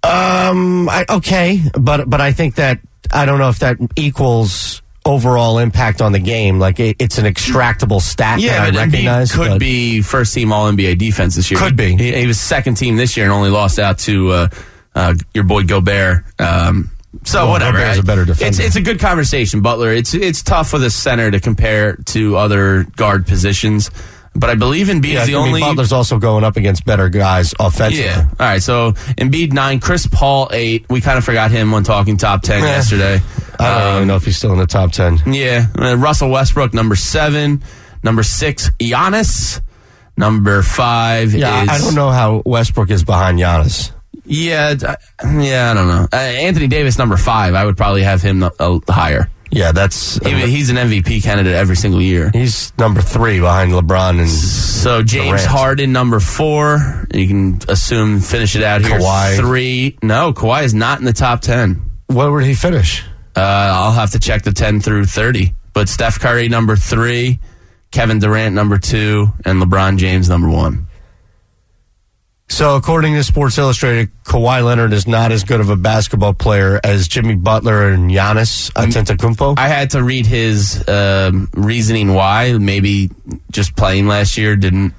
Speaker 1: Um, I, okay, but but I think that I don't know if that equals overall impact on the game. Like it, it's an extractable stat
Speaker 2: Yeah,
Speaker 1: that
Speaker 2: but
Speaker 1: I recognize.
Speaker 2: Embiid could
Speaker 1: but-
Speaker 2: be first team All NBA defense this year.
Speaker 1: Could be.
Speaker 2: He, he was second team this year and only lost out to uh, uh, your boy Gobert. Um, so
Speaker 1: Well,
Speaker 2: whatever.
Speaker 1: Gobert's a better
Speaker 2: It's,
Speaker 1: defender.
Speaker 2: it's a good conversation, Butler. It's it's tough with a center to compare to other guard positions, but I believe Embiid
Speaker 1: Yeah,
Speaker 2: is the
Speaker 1: I mean,
Speaker 2: only
Speaker 1: Butler's also going up against better guys offensively.
Speaker 2: yeah. All right. So Embiid nine, Chris Paul eight. We kind of forgot him when talking top ten
Speaker 1: Eh.
Speaker 2: yesterday. Um,
Speaker 1: I don't even know if he's still in the top ten.
Speaker 2: Yeah, uh, Russell Westbrook number seven, number six Giannis, number five.
Speaker 1: Yeah,
Speaker 2: is,
Speaker 1: I don't know how Westbrook is behind Giannis.
Speaker 2: Yeah, d- yeah, I don't know. Uh, Anthony Davis number five. I would probably have him uh, higher.
Speaker 1: Yeah, that's
Speaker 2: He, he's an MVP candidate every single year.
Speaker 1: he's number three behind LeBron and
Speaker 2: So James
Speaker 1: Durant.
Speaker 2: Harden number four. You can assume finish it out here.
Speaker 1: Kawhi.
Speaker 2: three. No, Kawhi is not in the top ten.
Speaker 1: where would he finish?
Speaker 2: Uh, I'll have to check the 10 through 30. But Steph Curry, number three, Kevin Durant, number two, and LeBron James, number one.
Speaker 1: So, according to Sports Illustrated, Kawhi Leonard is not as good of a basketball player as Jimmy Butler and Giannis Antetokounmpo.
Speaker 2: I had to read his um, reasoning why. Maybe just playing last year didn't.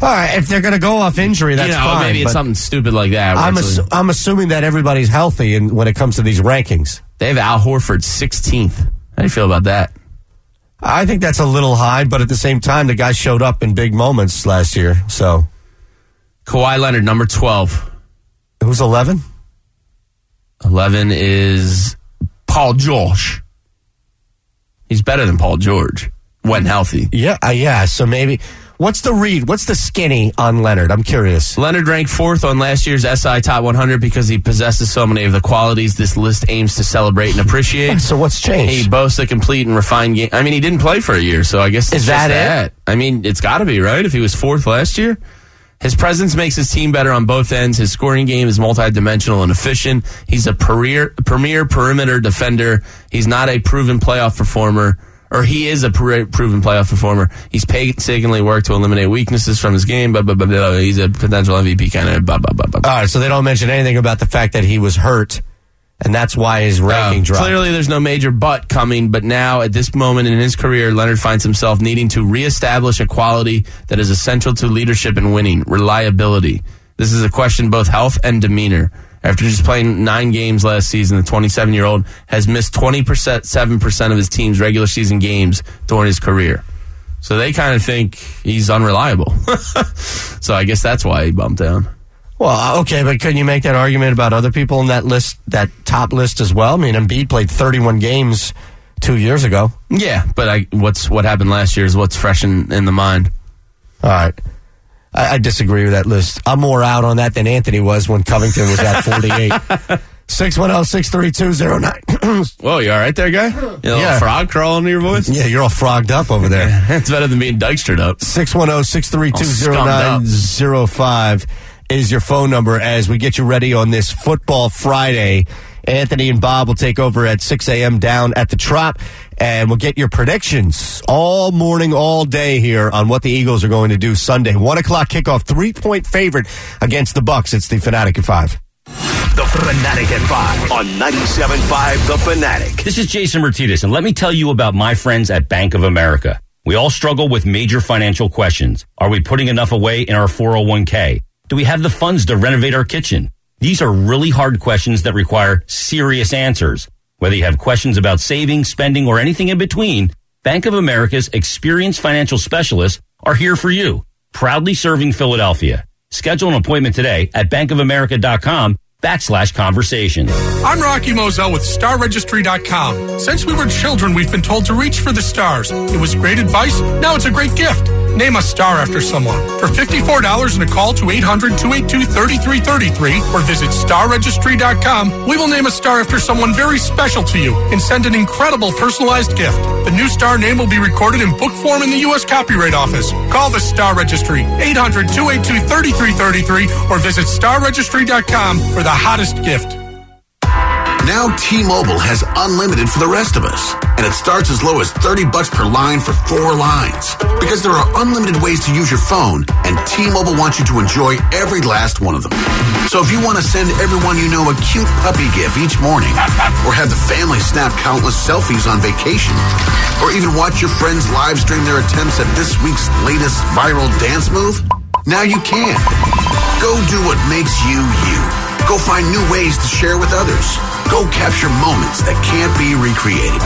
Speaker 1: All right, if they're going to go off injury, that's
Speaker 2: you know,
Speaker 1: fine.
Speaker 2: maybe it's
Speaker 1: but
Speaker 2: something stupid like that. where
Speaker 1: I'm,
Speaker 2: it's
Speaker 1: assu-
Speaker 2: like-
Speaker 1: I'm assuming that everybody's healthy in, when it comes to these rankings.
Speaker 2: they have Al Horford 16th. How do you feel about that?
Speaker 1: I think that's a little high, but at the same time, the guy showed up in big moments last year. So,
Speaker 2: Kawhi Leonard, number 12.
Speaker 1: who's 11?
Speaker 2: 11 is Paul George. He's better than Paul George when healthy.
Speaker 1: Yeah, uh, yeah. So maybe what's the read? What's the skinny on Leonard? I'm curious.
Speaker 2: Leonard ranked fourth on last year's SI Top 100 because he possesses so many of the qualities this list aims to celebrate and appreciate.
Speaker 1: So what's
Speaker 2: He
Speaker 1: changed?
Speaker 2: boasts a complete and refined game. I mean, he didn't play for a year, so I guess it's
Speaker 1: Is
Speaker 2: just
Speaker 1: that it?
Speaker 2: I mean, it's got to be right if he was fourth last year. His presence makes his team better on both ends. His scoring game is multidimensional and efficient. He's a premier, premier perimeter defender. He's not a proven playoff performer, or he is a per- proven playoff performer. He's painstakingly worked to eliminate weaknesses from his game. Blah, blah, blah, blah. He's a potential MVP candidate. Blah, blah, blah, blah. blah.
Speaker 1: All right, so they don't mention anything about the fact that he was hurt, and that's why his ranking
Speaker 2: Uh,
Speaker 1: dropped.
Speaker 2: Clearly, there's no major but coming, but now at this moment in his career, Leonard finds himself needing to reestablish a quality that is essential to leadership and winning reliability. This is a question both health and demeanor. After just playing nine games last season, the 27 year old has missed 20%, 7% of his team's regular season games during his career. So they kind of think he's unreliable. so I guess that's why he bumped down.
Speaker 1: Well, uh, okay, but couldn't you make that argument about other people in that list, that top list as well? I mean, Embiid played 31 games two years ago.
Speaker 2: Yeah, but I, what's what happened last year is what's fresh in, in the mind.
Speaker 1: All right. I, I disagree with that list. I'm more out on that than Anthony was when Covington was at 48. 610 63209.
Speaker 2: Whoa, you all right there, guy? You yeah.
Speaker 1: Yeah.
Speaker 2: frog crawling to your voice?
Speaker 1: Yeah, you're all frogged up over there.
Speaker 2: That's better than being Dykstered up.
Speaker 1: 610-632-0905 is your phone number as we get you ready on this football Friday. Anthony and Bob will take over at 6 a.m. down at the Trop, and we'll get your predictions all morning, all day here on what the Eagles are going to do Sunday. One o'clock kickoff, three point favorite against the Bucks. It's the Fanatic at five.
Speaker 8: The Fanatic at 5 on 97.5 The Fanatic.
Speaker 9: This is Jason Martinez, and let me tell you about my friends at Bank of America. We all struggle with major financial questions. Are we putting enough away in our 401k? Do we have the funds to renovate our kitchen? These are really hard questions that require serious answers. Whether you have questions about saving, spending, or anything in between, Bank of America's experienced financial specialists are here for you, proudly serving Philadelphia. Schedule an appointment today at bankofamerica.com backslash conversation.
Speaker 10: I'm Rocky Moselle with StarRegistry.com. Since we were children, we've been told to reach for the stars. It was great advice. Now it's a great gift. Name a star after someone. For $54 and a call to 800 282 3333 or visit starregistry.com, we will name a star after someone very special to you and send an incredible personalized gift. The new star name will be recorded in book form in the U.S. Copyright Office. Call the Star Registry 800 282 3333 or visit starregistry.com for the hottest gift.
Speaker 11: Now T-Mobile has unlimited for the rest of us, and it starts as low as 30 bucks per line for 4 lines. Because there are unlimited ways to use your phone, and T-Mobile wants you to enjoy every last one of them. So if you want to send everyone you know a cute puppy gift each morning, or have the family snap countless selfies on vacation, or even watch your friends live stream their attempts at this week's latest viral dance move, now you can. Go do what makes you you. Go find new ways to share with others. Go capture moments that can't be recreated.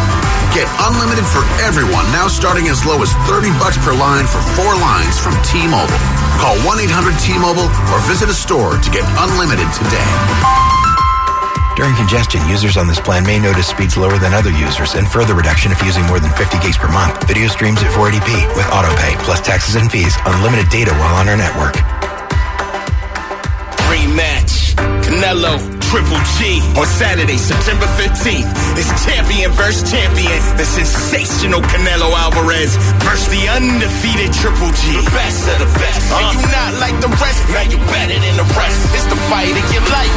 Speaker 11: Get unlimited for everyone now starting as low as 30 bucks per line for four lines from T-Mobile. Call 1-800-T-Mobile or visit a store to get unlimited today.
Speaker 12: During congestion, users on this plan may notice speeds lower than other users and further reduction if using more than 50 gigs per month. Video streams at 480p with autopay plus taxes and fees, unlimited data while on our network.
Speaker 13: Rematch. Canelo, Triple G on Saturday, September 15th. It's champion versus champion. The sensational Canelo Alvarez versus the undefeated Triple G. The best of the best. And you not like the rest. Now you better than the rest. It's the fight of your life.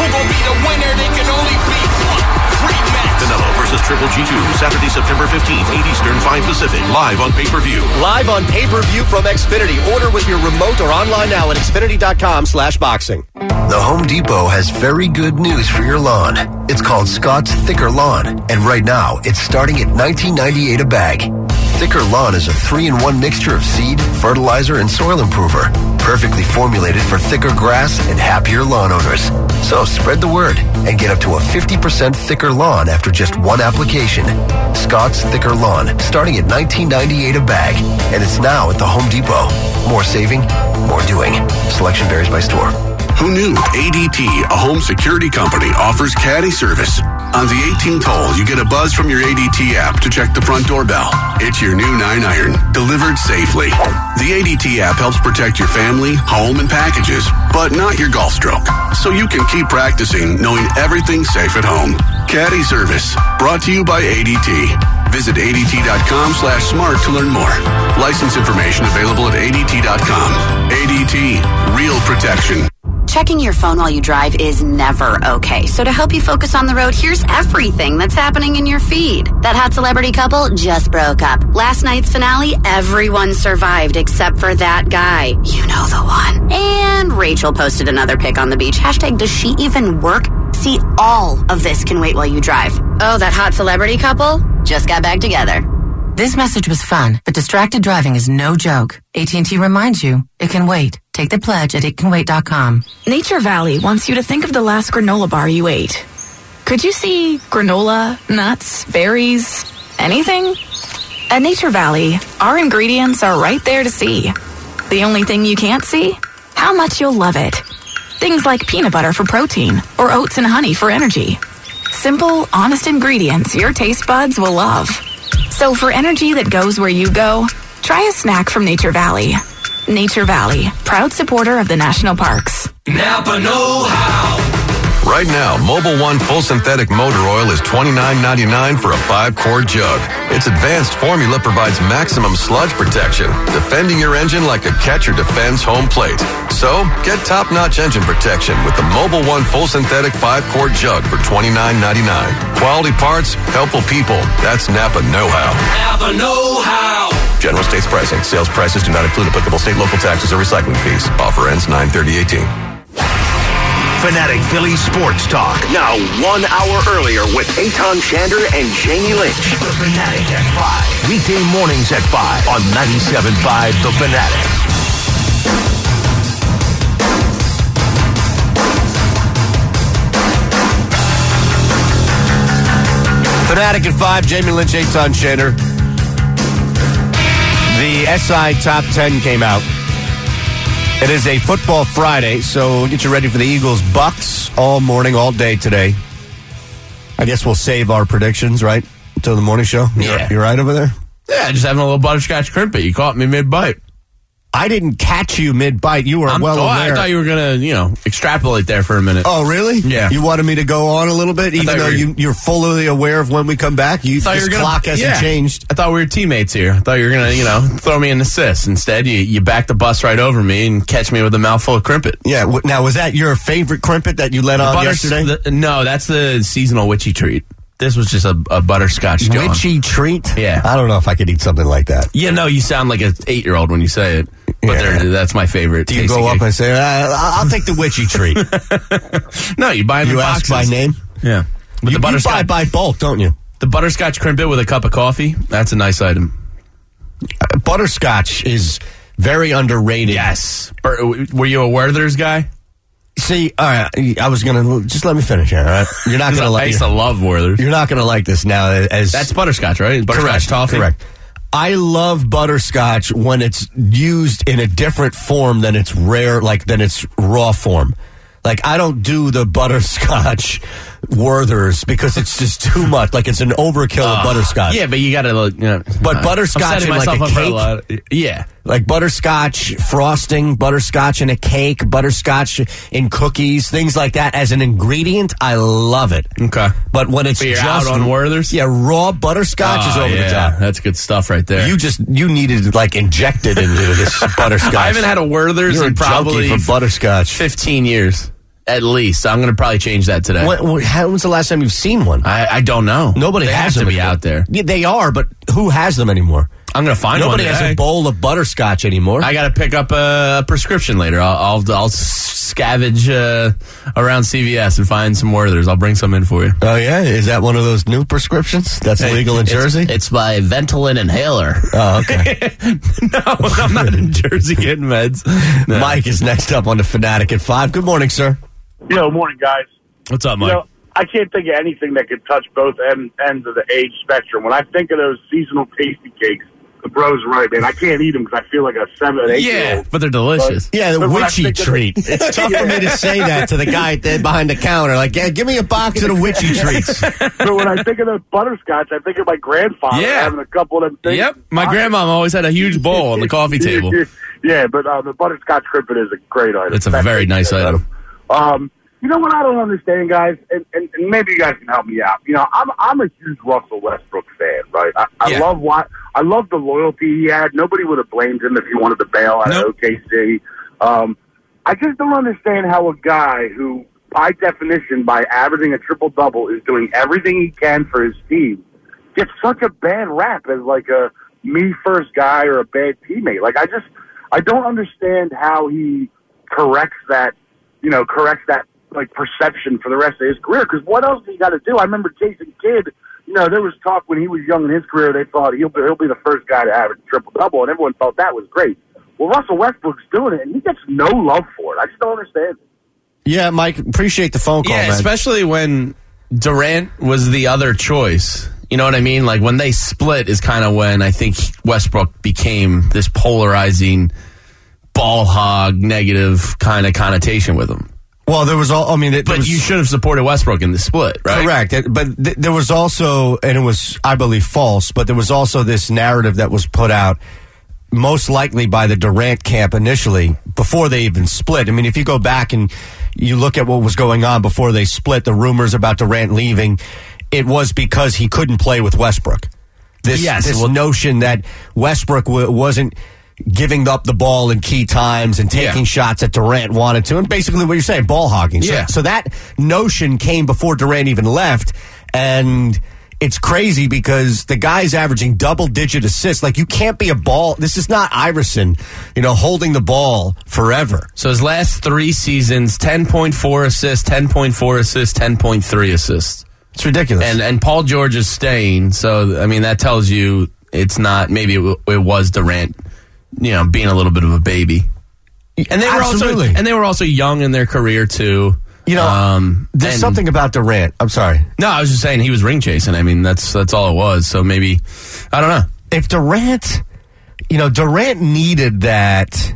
Speaker 13: Who gon' be the winner? They can only be one. Rematch.
Speaker 8: Canelo versus Triple G2, Saturday, September 15th, 8 Eastern, 5 Pacific, live on pay-per-view.
Speaker 14: Live on pay-per-view from Xfinity. Order with your remote or online now at xfinity.com slash boxing.
Speaker 15: The Home Depot has very good news for your lawn. It's called Scott's Thicker Lawn, and right now it's starting at $19.98 a bag. Thicker Lawn is a three-in-one mixture of seed, fertilizer, and soil improver, perfectly formulated for thicker grass and happier lawn owners. So spread the word and get up to a 50% thicker lawn after just one application. Scott's Thicker Lawn, starting at $19.98 a bag, and it's now at the Home Depot. More saving, more doing. Selection varies by store.
Speaker 8: Who knew ADT, a home security company, offers caddy service? On the 18th hole, you get a buzz from your ADT app to check the front doorbell. It's your new 9 iron, delivered safely. The ADT app helps protect your family, home, and packages, but not your golf stroke. So you can keep practicing knowing everything's safe at home. Caddy service, brought to you by ADT. Visit ADT.com slash smart to learn more. License information available at ADT.com. ADT, real protection.
Speaker 16: Checking your phone while you drive is never okay. So to help you focus on the road, here's everything that's happening in your feed. That hot celebrity couple just broke up. Last night's finale, everyone survived except for that guy. You know the one. And Rachel posted another pic on the beach. Hashtag does she even work? See, all of this can wait while you drive. Oh, that hot celebrity couple just got back together.
Speaker 17: This message was fun, but distracted driving is no joke. AT&T reminds you, it can wait. Take the pledge at itcanwait.com.
Speaker 18: Nature Valley wants you to think of the last granola bar you ate. Could you see granola, nuts, berries, anything? At Nature Valley, our ingredients are right there to see. The only thing you can't see? How much you'll love it. Things like peanut butter for protein or oats and honey for energy. Simple, honest ingredients your taste buds will love. So for energy that goes where you go, try a snack from Nature Valley. Nature Valley, proud supporter of the national parks.
Speaker 8: Napa Know How. Right now, Mobile One Full Synthetic Motor Oil is $29.99 for a five quart jug. Its advanced formula provides maximum sludge protection, defending your engine like a catcher defends home plate. So, get top notch engine protection with the Mobile One Full Synthetic five quart jug for $29.99. Quality parts, helpful people. That's Napa Know How.
Speaker 13: Napa Know How.
Speaker 8: General states pricing. Sales prices do not include applicable state, local taxes, or recycling fees. Offer ends 9 18
Speaker 19: Fanatic Philly Sports Talk. Now, one hour earlier with Aton Shander and Jamie Lynch. The Fanatic at 5. Weekday mornings at 5 on 97.5 The Fanatic.
Speaker 1: Fanatic at five, Jamie Lynch, Aton Shander. The SI Top 10 came out. It is a football Friday, so we'll get you ready for the Eagles Bucks all morning, all day today. I guess we'll save our predictions, right? Until the morning show. You're, yeah. You're right over there?
Speaker 2: Yeah, just having a little butterscotch crimpet. You caught me mid bite.
Speaker 1: I didn't catch you mid bite. You were
Speaker 2: I'm
Speaker 1: well
Speaker 2: oh,
Speaker 1: aware.
Speaker 2: I thought you were going to, you know, extrapolate there for a minute.
Speaker 1: Oh, really?
Speaker 2: Yeah.
Speaker 1: You wanted me to go on a little bit,
Speaker 2: I
Speaker 1: even
Speaker 2: thought
Speaker 1: though
Speaker 2: you were-
Speaker 1: you, you're fully aware of when we come back. You
Speaker 2: thought you
Speaker 1: this
Speaker 2: were gonna-
Speaker 1: clock hasn't
Speaker 2: yeah.
Speaker 1: changed.
Speaker 2: I thought we were teammates here. I thought you were going to, you know, throw me an assist. Instead, you, you back the bus right over me and catch me with a mouthful of crimpet.
Speaker 1: Yeah. w- Now, was that your favorite crimpet that you let on
Speaker 2: Butter-
Speaker 1: yesterday?
Speaker 2: the- no, that's the seasonal witchy treat. This was just a, a butterscotch John.
Speaker 1: Witchy treat?
Speaker 2: Yeah.
Speaker 1: I don't know if I could eat something like that.
Speaker 2: Yeah, no, you sound like an eight year old when you say it. But they're that's my favorite.
Speaker 1: Do you go up and say, "Ah, I'll take the witchy treat?
Speaker 2: no, you buy them
Speaker 1: You
Speaker 2: in
Speaker 1: ask
Speaker 2: boxes.
Speaker 1: by name?
Speaker 2: Yeah. With
Speaker 1: You- you
Speaker 2: the butterscotch.
Speaker 1: buy by bulk, don't you?
Speaker 2: The butterscotch crimpet with a cup of coffee. That's a nice item.
Speaker 1: Uh, Butterscotch is very underrated.
Speaker 2: Yes. Were you a Werther's guy?
Speaker 1: See, all right, I was gonna just let me finish here. All right, you're not gonna
Speaker 2: I
Speaker 1: like.
Speaker 2: used to love Werther's.
Speaker 1: You're not gonna like this now. As
Speaker 2: That's butterscotch, right? Butterscotch
Speaker 1: correct,
Speaker 2: toffee.
Speaker 1: correct. I love butterscotch when it's used in a different form than its rare, like than its raw form. Like I don't do the butterscotch Werthers because it's just too much. Like it's an overkill of
Speaker 2: Ugh.
Speaker 1: butterscotch.
Speaker 2: Ah, Yeah, but you got to look. You know,
Speaker 1: But
Speaker 2: uh,
Speaker 1: butterscotch
Speaker 2: I'm setting
Speaker 1: in, like,
Speaker 2: myself
Speaker 1: a
Speaker 2: up for
Speaker 1: cake?
Speaker 2: lot of- yeah.
Speaker 1: like butterscotch frosting, butterscotch in a cake, butterscotch in cookies, things like that as an ingredient. I love it.
Speaker 2: Okay,
Speaker 1: but when it's
Speaker 2: But you're
Speaker 1: just
Speaker 2: out on Werther's,
Speaker 1: yeah, raw butterscotch is
Speaker 2: Oh,
Speaker 1: over
Speaker 2: yeah,
Speaker 1: the top.
Speaker 2: That's good stuff right there.
Speaker 1: You just you needed like injected into this butterscotch.
Speaker 2: I haven't had a Werther's
Speaker 1: You're
Speaker 2: in
Speaker 1: a junkie
Speaker 2: probably
Speaker 1: for butterscotch.
Speaker 2: 15 years at least. I'm going to probably change that today.
Speaker 1: When, when, how- when's the last time you've seen one?
Speaker 2: I, I don't know.
Speaker 1: Nobody
Speaker 2: They have
Speaker 1: has
Speaker 2: to
Speaker 1: them
Speaker 2: be
Speaker 1: anymore.
Speaker 2: out there.
Speaker 1: Yeah, they are, but who has them anymore?
Speaker 2: I'm going to find
Speaker 1: Nobody
Speaker 2: one.
Speaker 1: has a
Speaker 2: today.
Speaker 1: bowl of butterscotch anymore.
Speaker 2: I got to pick up a prescription later. I'll I'll, I'll scavenge uh, around CVS and find some Werther's. I'll bring some in for you.
Speaker 1: oh yeah, is that one of those new prescriptions that's
Speaker 2: Hey,
Speaker 1: legal in
Speaker 2: it's-
Speaker 1: Jersey?
Speaker 2: It's my Ventolin inhaler.
Speaker 1: oh okay.
Speaker 2: no, I'm not in Jersey getting meds. No.
Speaker 1: Mike is next up on the Fanatic at five. Good morning, sir.
Speaker 20: Yo, morning, guys.
Speaker 2: What's up,
Speaker 20: You know, I can't think of anything that could touch both end, ends of the age spectrum. When I think of those seasonal tasty cakes, the bro's right, man. I can't eat them because I feel like a seven, eight year
Speaker 2: yeah,
Speaker 20: old.
Speaker 2: but they're delicious.
Speaker 1: Yeah, the
Speaker 20: But when I
Speaker 1: witchy
Speaker 20: think of-
Speaker 1: treat. It's tough for me to say that to the guy there behind the counter. Like, yeah, give me a box of the witchy treats.
Speaker 20: but when I think of those butterscotch, I think of my grandfather
Speaker 2: Yeah.
Speaker 20: having a couple of them things.
Speaker 2: Yep, my grandma always had a huge bowl on the coffee table.
Speaker 20: Uh, yeah, but uh, the butterscotch crimpet is a great item.
Speaker 2: It's a very nice item.
Speaker 20: Um, you know what I don't understand, guys, and, and, and maybe you guys can help me out. You know, I'm I'm a huge Russell Westbrook fan, right? I, I
Speaker 2: Yeah.
Speaker 20: love what I love the loyalty he had. Nobody would have blamed him if he wanted to bail out of OKC. Um, I just don't understand how a guy who, by definition, by averaging a triple double, is doing everything he can for his team, gets such a bad rap as like a me first guy or a bad teammate. Like I just I don't understand how he corrects that you know, corrects that like perception for the rest of his career. Because what else do you got to do? I remember Jason Kidd. You know, there was talk when he was young in his career. They thought he'll be, he'll be the first guy to have a triple double, and everyone thought that was great. Well, Russell Westbrook's doing it, and he gets no love for it. I just don't understand. it.
Speaker 1: Yeah, Mike, appreciate the phone call,
Speaker 2: Yeah,
Speaker 1: man.
Speaker 2: especially when Durant was the other choice. You know what I mean? Like when they split is kind of when I think Westbrook became this polarizing ball hog negative kind of connotation with him.
Speaker 1: Well, there was all. I mean, it, there
Speaker 2: But
Speaker 1: was-
Speaker 2: you should have supported Westbrook in the split, right?
Speaker 1: Correct. It- But th- there was also, and it was, I believe, false, but there was also this narrative that was put out, most likely by the Durant camp initially, before they even split. I mean, if you go back and you look at what was going on before they split, the rumors about Durant leaving, it was because he couldn't play with Westbrook. This,
Speaker 2: Yes,
Speaker 1: this notion that Westbrook w- wasn't giving up the ball in key times and taking shots that Durant wanted to, and basically what you're saying, ball hogging. So-
Speaker 2: Yeah.
Speaker 1: so that notion came before Durant even left, and it's crazy because the guy's averaging double digit assists. Like you can't be a ball. This is not Iverson, you know, holding the ball forever.
Speaker 2: So his last three seasons, ten point four assists, ten point four assists, ten point three assists.
Speaker 1: It's ridiculous.
Speaker 2: And and Paul George is staying, so I mean that tells you it's not maybe it, w- it was Durant, you know, being a little bit of a baby. And they were
Speaker 1: Absolutely.
Speaker 2: also and they were also young in their career too.
Speaker 1: You know,
Speaker 2: um,
Speaker 1: There's
Speaker 2: and-
Speaker 1: something about Durant. I'm sorry.
Speaker 2: No, I was just saying he was ring chasing. I mean that's that's all it was. So maybe I don't know.
Speaker 1: If Durant, you know, Durant needed that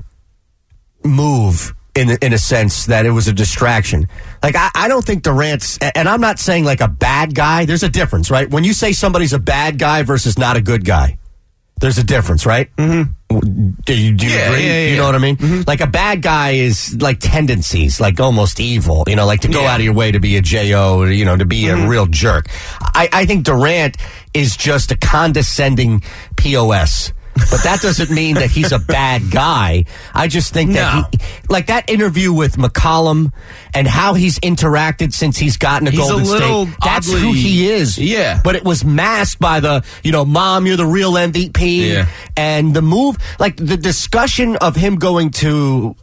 Speaker 1: move in in a sense that it was a distraction. Like I, I don't think Durant's, a- and I'm not saying like a bad guy. There's a difference, right? When you say somebody's a bad guy versus not a good guy, there's a difference, right? Mm-hmm. Do you do you
Speaker 2: Yeah,
Speaker 1: agree?
Speaker 2: yeah, yeah, Mm-hmm.
Speaker 1: you know
Speaker 2: yeah.
Speaker 1: what I mean? Like a bad guy is like tendencies, like almost evil. You know, like to go out of your way to be a jo, or, you know, to be
Speaker 2: Mm-hmm.
Speaker 1: a real jerk. I, I think Durant is just a condescending pos. But that doesn't mean that he's a bad guy. I just think that he, like that interview with McCollum and how he's interacted since he's gotten to
Speaker 2: He's a
Speaker 1: Golden
Speaker 2: little
Speaker 1: State. That's
Speaker 2: oddly-
Speaker 1: who he is.
Speaker 2: Yeah.
Speaker 1: But it was masked by the, you know, mom, you're the real MVP.
Speaker 2: Yeah.
Speaker 1: And the move, like the discussion of him going to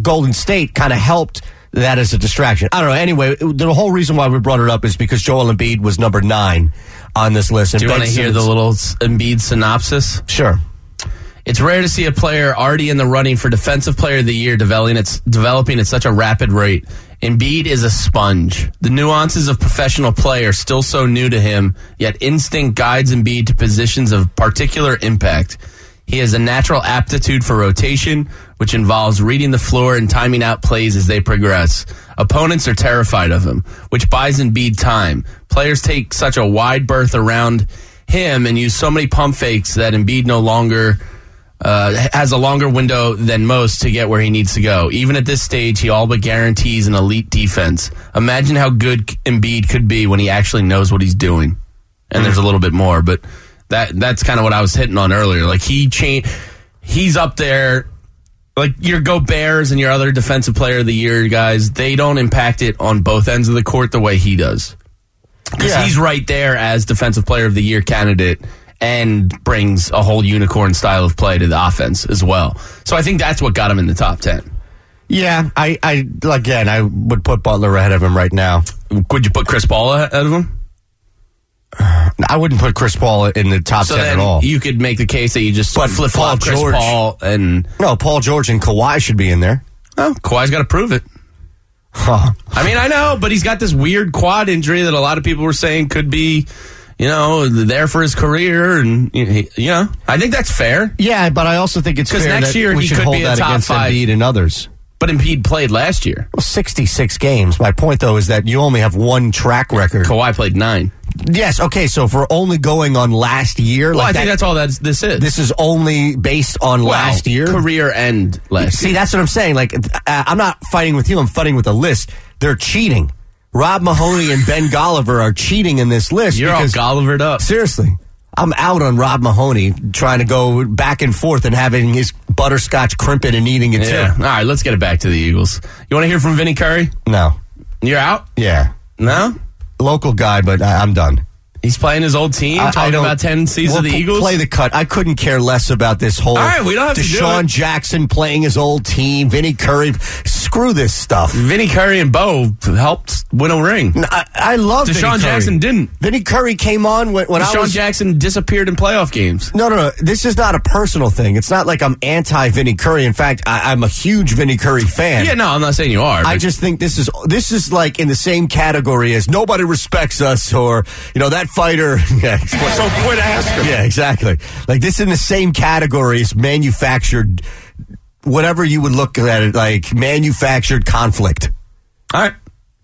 Speaker 1: Golden State kind of helped that as a distraction. I don't know. Anyway, the whole reason why we brought it up is because Joel Embiid was number nine on this list. And
Speaker 2: Do you
Speaker 1: Ben
Speaker 2: want to hear the
Speaker 1: Simmons-
Speaker 2: little s- Embiid synopsis?
Speaker 1: Sure.
Speaker 2: It's rare to see a player already in the running for Defensive Player of the Year developing its developing at such a rapid rate. Embiid is a sponge. The nuances of professional play are still so new to him, yet instinct guides Embiid to positions of particular impact. He has a natural aptitude for rotation, which involves reading the floor and timing out plays as they progress. Opponents are terrified of him, which buys Embiid time. Players take such a wide berth around him and use so many pump fakes that Embiid no longer uh, has a longer window than most to get where he needs to go. Even at this stage, he all but guarantees an elite defense. Imagine how good Embiid could be when he actually knows what he's doing. And there's a little bit more, but that that's kind of what I was hitting on earlier. Like he cha- he's up there. Like your Gobert's and your other defensive player of the year guys, they don't impact it on both ends of the court the way he does. Because he's right there as defensive player of the year candidate and brings a whole unicorn style of play to the offense as well. So I think that's what got him in the top 10.
Speaker 1: Yeah, I, I again, I would put Butler ahead of him right now.
Speaker 2: Would you put Chris Paul ahead of him?
Speaker 1: I wouldn't put Chris Paul in the top
Speaker 2: so
Speaker 1: ten
Speaker 2: then
Speaker 1: at all.
Speaker 2: you could make the case that you just flip flop Chris Paul and
Speaker 1: no, Paul George and Kawhi should be in there.
Speaker 2: Oh, Kawhi's got to prove it. I mean, I know, but he's got this weird quad injury that a lot of people were saying could be, you know, there for his career, and you know, I think that's fair.
Speaker 1: Yeah, but I also think it's
Speaker 2: because
Speaker 1: fair
Speaker 2: next
Speaker 1: that
Speaker 2: year
Speaker 1: we
Speaker 2: he
Speaker 1: should
Speaker 2: could
Speaker 1: hold
Speaker 2: be a
Speaker 1: that
Speaker 2: top
Speaker 1: against
Speaker 2: five.
Speaker 1: Embiid and others.
Speaker 2: But Embiid played last year.
Speaker 1: Well, sixty-six games. My point though is that you only have one track record.
Speaker 2: Kawhi played nine.
Speaker 1: Yes. Okay. So if we're only going on last year,
Speaker 2: Well,
Speaker 1: like
Speaker 2: I think
Speaker 1: that-
Speaker 2: that's all that's this is.
Speaker 1: This is only based on
Speaker 2: Well,
Speaker 1: last year
Speaker 2: career end last.
Speaker 1: See, that's what I'm saying. Like, th- uh, I'm not fighting with you. I'm fighting with the list. They're cheating. Rob Mahoney and Ben Golliver are cheating in this list.
Speaker 2: You're all Gollivered up.
Speaker 1: Seriously, I'm out on Rob Mahoney trying to go back and forth and having his butterscotch crimping and eating it
Speaker 2: Yeah.
Speaker 1: too.
Speaker 2: All right, let's get it back to the Eagles. You want to hear from Vinny Curry?
Speaker 1: No.
Speaker 2: You're out?
Speaker 1: Yeah.
Speaker 2: No?
Speaker 1: Local guy, but I, I'm done.
Speaker 2: He's playing his old team, talking about 10 seasons
Speaker 1: we'll
Speaker 2: of the
Speaker 1: pl-
Speaker 2: Eagles?
Speaker 1: Play the cut. I couldn't care less about this whole.
Speaker 2: All right, we don't have to do
Speaker 1: Deshaun
Speaker 2: it.
Speaker 1: Jackson playing his old team. Vinny Curry. Screw this stuff.
Speaker 2: Vinny Curry and Bo helped win a ring.
Speaker 1: I, I love
Speaker 2: Deshaun
Speaker 1: Vinny Curry.
Speaker 2: Jackson didn't.
Speaker 1: Vinny Curry came on when, when I
Speaker 2: Deshaun
Speaker 1: was.
Speaker 2: Jackson disappeared in playoff games.
Speaker 1: no, no, no. This is not a personal thing. It's not like I'm anti Vinny Curry. In fact, I, I'm a huge Vinny Curry fan.
Speaker 2: Yeah, no, I'm not saying you are.
Speaker 1: I
Speaker 2: but-
Speaker 1: just think this is this is like in the same category as nobody respects us, or you know that fighter. Yeah, so
Speaker 19: quit asking.
Speaker 1: Yeah, exactly. Like this in the same category as manufactured, whatever you would look at it like manufactured conflict.
Speaker 2: All right,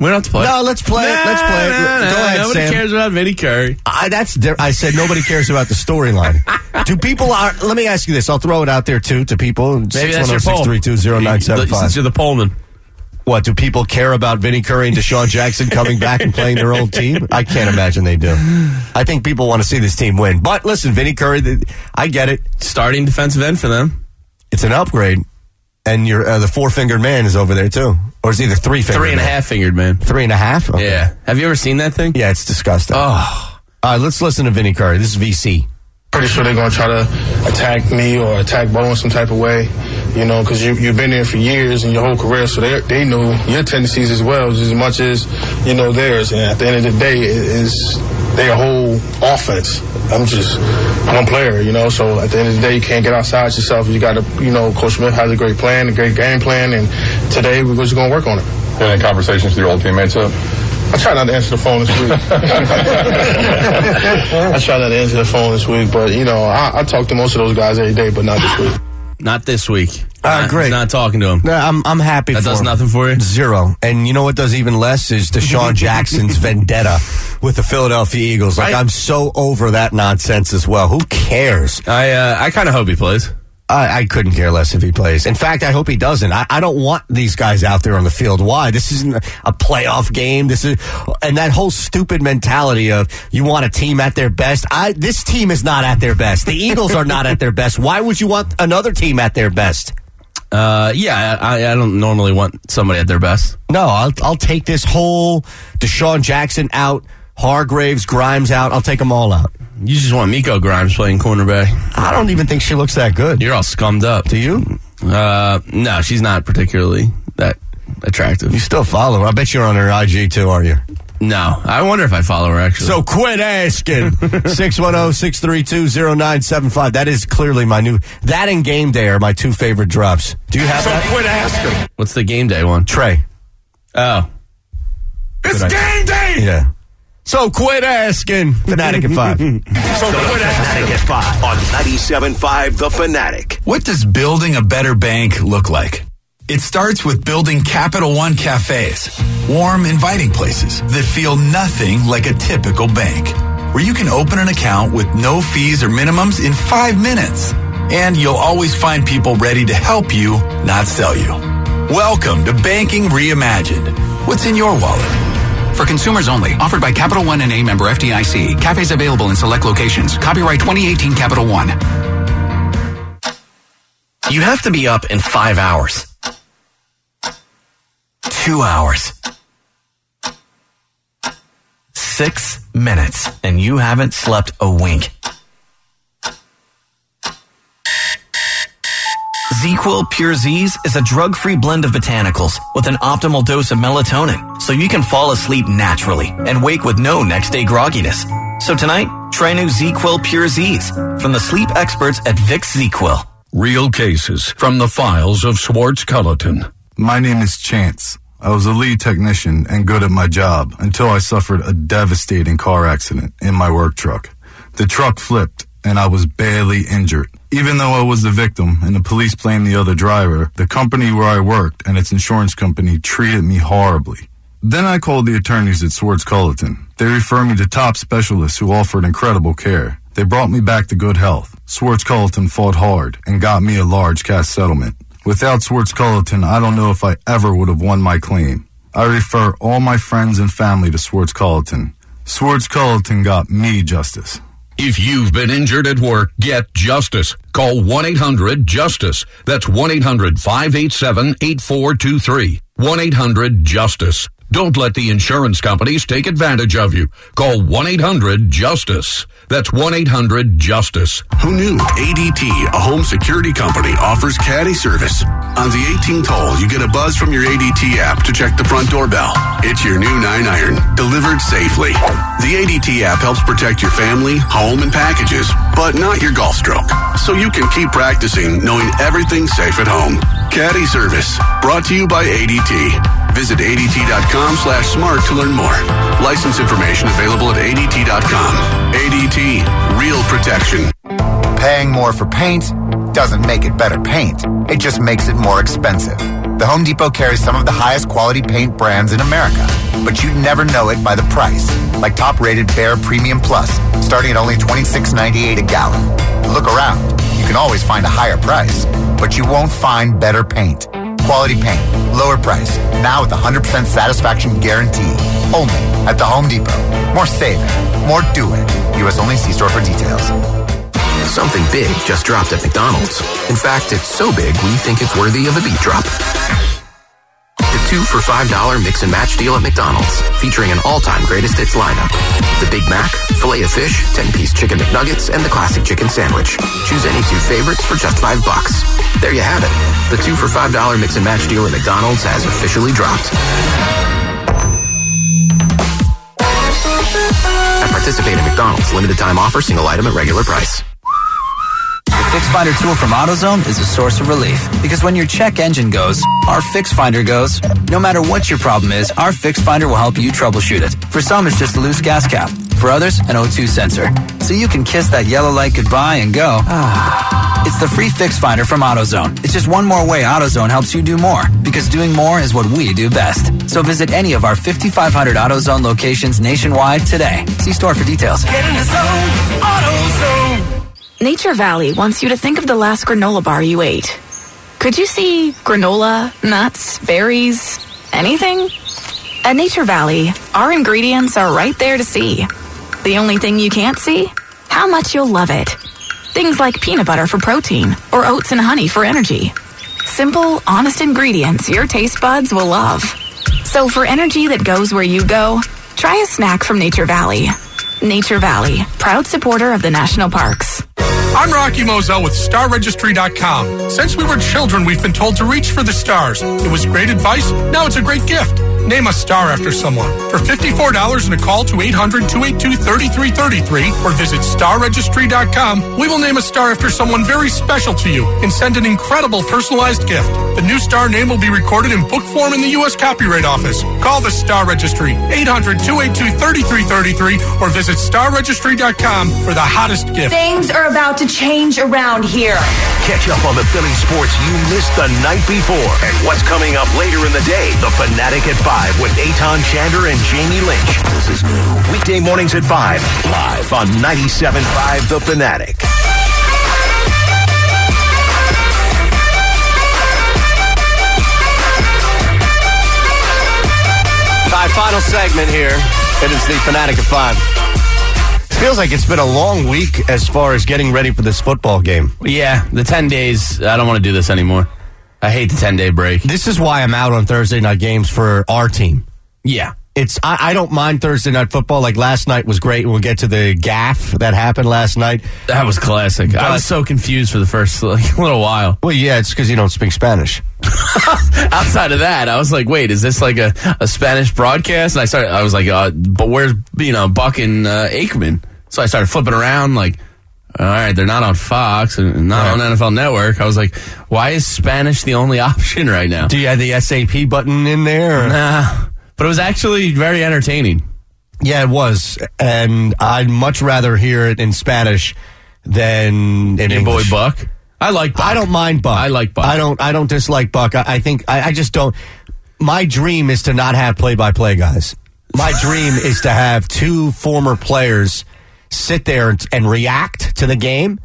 Speaker 2: we don't have to play.
Speaker 1: No, let's play it. Let's play it.
Speaker 2: Nah, nah,
Speaker 1: Go
Speaker 2: nah,
Speaker 1: ahead,
Speaker 2: Nobody
Speaker 1: Sam.
Speaker 2: cares about Vinny Curry.
Speaker 1: I, that's di- I said nobody cares about the storyline. Do people? Are, let me ask you this. I'll throw it out there too to people.
Speaker 2: Maybe that's your poll.
Speaker 1: 610-632-0975.
Speaker 2: Since you're the pollman.
Speaker 1: What do people care about Vinny Curry and Deshaun Jackson coming back and playing their old team? I can't imagine they do. I think people want to see this team win. But listen, Vinny Curry, th- I get it.
Speaker 2: Starting defensive end for them.
Speaker 1: It's an upgrade, and your uh, the four fingered man is over there too, or is he the three fingered?
Speaker 2: Three and a half fingered man.
Speaker 1: Three and a half. Okay.
Speaker 2: Yeah. Have you ever seen that thing?
Speaker 1: Yeah, it's disgusting.
Speaker 2: Oh.
Speaker 1: All right, let's listen to Vinny Curry. This is VC.
Speaker 21: Pretty sure they're gonna try to attack me or attack Bo in some type of way, you know, because you, you've been there for years and your whole career, so they they know your tendencies as well as much as you know theirs. And at the end of the day, it is their whole offense. I'm just one player, you know. So at the end of the day, you can't get outside yourself. You got to, you know, Coach Smith has a great plan, a great game plan, and today we're just gonna work on it.
Speaker 4: Any conversations with your old teammates up?
Speaker 21: I try not to answer the phone this week. I try not to answer the phone this week, but you know, I, I talk to most of those guys every day, but not this week.
Speaker 2: Not this week.
Speaker 1: Ah,
Speaker 2: Not-
Speaker 1: great.
Speaker 2: he's Not talking to him.
Speaker 1: I'm I'm happy.
Speaker 2: That
Speaker 1: for
Speaker 2: does
Speaker 1: him.
Speaker 2: nothing for you.
Speaker 1: Zero. And you know what does even less is Deshaun Jackson's vendetta with the Philadelphia Eagles. Like I'm so over that nonsense as well. Who cares?
Speaker 2: I uh, I kind of hope he plays.
Speaker 1: I, I couldn't care less if he plays. In fact, I hope he doesn't. I, I don't want these guys out there on the field. Why? This isn't a playoff game. This is, and that whole stupid mentality of you want a team at their best. I, this team is not at their best. The Eagles are not at their best. Why would you want another team at their best?
Speaker 2: Uh, yeah, I, I don't normally want somebody at their best.
Speaker 1: No, I'll, I'll take this whole Deshaun Jackson out, Hargraves, Grimes out. I'll take them all out.
Speaker 2: You just want Miko Grimes playing cornerback.
Speaker 1: I don't even think she looks that good.
Speaker 2: You're all scummed up. Do
Speaker 1: you?
Speaker 2: Uh, no, she's not particularly that attractive. You
Speaker 1: still follow her. I bet you're on her IG too, are you?
Speaker 2: No, I wonder if I follow her actually.
Speaker 1: So quit asking. oh, 610-632-0975. That is clearly my new that and game day are my two favorite drops. Do you have
Speaker 19: so
Speaker 1: that?
Speaker 19: quit asking.
Speaker 2: What's the game day one?
Speaker 1: Trey.
Speaker 2: Oh.
Speaker 19: It's
Speaker 1: Good idea.
Speaker 19: game day.
Speaker 1: Yeah. So quit asking. Fanatic at five.
Speaker 19: So quit asking. At five on 97.5 The Fanatic.
Speaker 6: What does building a better bank look like? It starts with building Capital One cafes, warm, inviting places that feel nothing like a typical bank, where you can open an account with no fees or minimums in five minutes. And you'll always find people ready to help you, not sell you. Welcome to Banking Reimagined. What's in your wallet?
Speaker 22: For consumers only. Offered by Capital One and a member FDIC. Cafes available in select locations. Copyright 2018 Capital One.
Speaker 23: You have to be up in five hours. Two hours. Six minutes, and you haven't slept a wink. ZQL Pure Z's is a drug free blend of botanicals with an optimal dose of melatonin, so you can fall asleep naturally and wake with no next day grogginess. So tonight, try new ZQL Pure Z's from the sleep experts at Vicks ZQL.
Speaker 24: Real cases from the files of Swartz Culliton.
Speaker 25: My name is Chance. I was a lead technician and good at my job until I suffered a devastating car accident in my work truck. The truck flipped and I was badly injured. Even though I was the victim and the police blamed the other driver, the company where I worked and its insurance company treated me horribly. Then I called the attorneys at Swartz Culliton. They referred me to top specialists who offered incredible care. They brought me back to good health. Swartz Culliton fought hard and got me a large cash settlement. Without Swartz Culliton, I don't know if I ever would have won my claim. I refer all my friends and family to Swartz Culliton. Swartz Culliton got me justice.
Speaker 24: If you've been injured at work, get justice. Call 1 800 JUSTICE. That's 1 800 587 8423. 1 800 JUSTICE. Don't let the insurance companies take advantage of you. Call 1 800 JUSTICE. That's 1 800 JUSTIce.
Speaker 8: Who knew? ADT, a home security company, offers caddy service. On the 18th hole, you get a buzz from your ADT app to check the front doorbell. It's your new 9 iron, delivered safely. The ADT app helps protect your family, home, and packages, but not your golf stroke. So you can keep practicing knowing everything's safe at home. Caddy service, brought to you by ADT. Visit ADT.com slash smart to learn more. License information available at ADT.com. ADT, real protection.
Speaker 26: Paying more for paint doesn't make it better paint, it just makes it more expensive. The Home Depot carries some of the highest quality paint brands in America, but you'd never know it by the price, like top rated Bare Premium Plus, starting at only $26.98 a gallon. Look around, you can always find a higher price, but you won't find better paint. Quality paint, lower price, now with 100% satisfaction guarantee. Only at the Home Depot. More saving, more doing. U.S. only see store for details.
Speaker 22: Something big just dropped at McDonald's. In fact, it's so big we think it's worthy of a beat drop. The two for $5 mix and match deal at McDonald's, featuring an all-time greatest hits lineup. The Big Mac, filet of fish, 10-piece chicken McNuggets, and the classic chicken sandwich. Choose any two favorites for just five bucks. There you have it. The two for $5 mix and match deal at McDonald's has officially dropped. At participating McDonald's, limited time offer, single item at regular price.
Speaker 27: The Fix Finder tool from AutoZone is a source of relief because when your check engine goes, our Fix Finder goes. No matter what your problem is, our Fix Finder will help you troubleshoot it. For some, it's just a loose gas cap. for others, an O2 sensor. So you can kiss that yellow light goodbye and go, ah. It's the free fix finder from AutoZone. It's just one more way AutoZone helps you do more, because doing more is what we do best. So visit any of our 5,500 AutoZone locations nationwide today. See store for details.
Speaker 18: Nature Valley wants you to think of the last granola bar you ate. Could you see granola, nuts, berries, anything? At Nature Valley, our ingredients are right there to see. The only thing you can't see? How much you'll love it. Things like peanut butter for protein or oats and honey for energy. Simple, honest ingredients your taste buds will love. So for energy that goes where you go, try a snack from Nature Valley. Nature Valley, proud supporter of the national parks.
Speaker 3: I'm Rocky Moselle with StarRegistry.com. Since we were children, we've been told to reach for the stars. It was great advice, now it's a great gift. Name a star after someone. For $54 and a call to 800 282 3333 or visit starregistry.com, we will name a star after someone very special to you and send an incredible personalized gift. The new star name will be recorded in book form in the U.S. Copyright Office. Call the Star Registry 800 282 3333 or visit starregistry.com for the hottest gift.
Speaker 5: Things are about to change around here.
Speaker 19: Catch up on the Philly sports you missed the night before and what's coming up later in the day. The Fanatic at 5 with Aton Shander and Jamie Lynch. This is new. Weekday mornings at 5, live on 97.5 The Fanatic.
Speaker 14: Our final segment here. It is the Fanatic of Five.
Speaker 1: Feels like it's been a long week as far as getting ready for this football game.
Speaker 2: Yeah, the 10 days, I don't want to do this anymore. I hate the 10 day break.
Speaker 1: This is why I'm out on Thursday night games for our team.
Speaker 2: Yeah.
Speaker 1: It's I, I don't mind Thursday night football. Like last night was great. We'll get to the gaff that happened last night.
Speaker 2: That was classic. I was so confused for the first like, little while.
Speaker 1: Well, yeah, it's because you don't speak Spanish.
Speaker 2: Outside of that, I was like, wait, is this like a, a Spanish broadcast? And I started, I was like, uh, but where's, you know, Buck and uh, Aikman? So I started flipping around like, all right, they're not on Fox and not on NFL Network. I was like, why is Spanish the only option right now?
Speaker 1: Do you have the SAP button in there? Or?
Speaker 2: Nah. But it was actually very entertaining.
Speaker 1: Yeah, it was, and I'd much rather hear it in Spanish than in
Speaker 2: Your boy
Speaker 1: English.
Speaker 2: Buck. I like. Buck.
Speaker 1: I don't mind Buck. I
Speaker 2: like Buck.
Speaker 1: I don't. I don't dislike Buck. I, I think. I, I just don't. My dream is to not have play-by-play guys. My dream is to have two former players sit there and, and react to the game,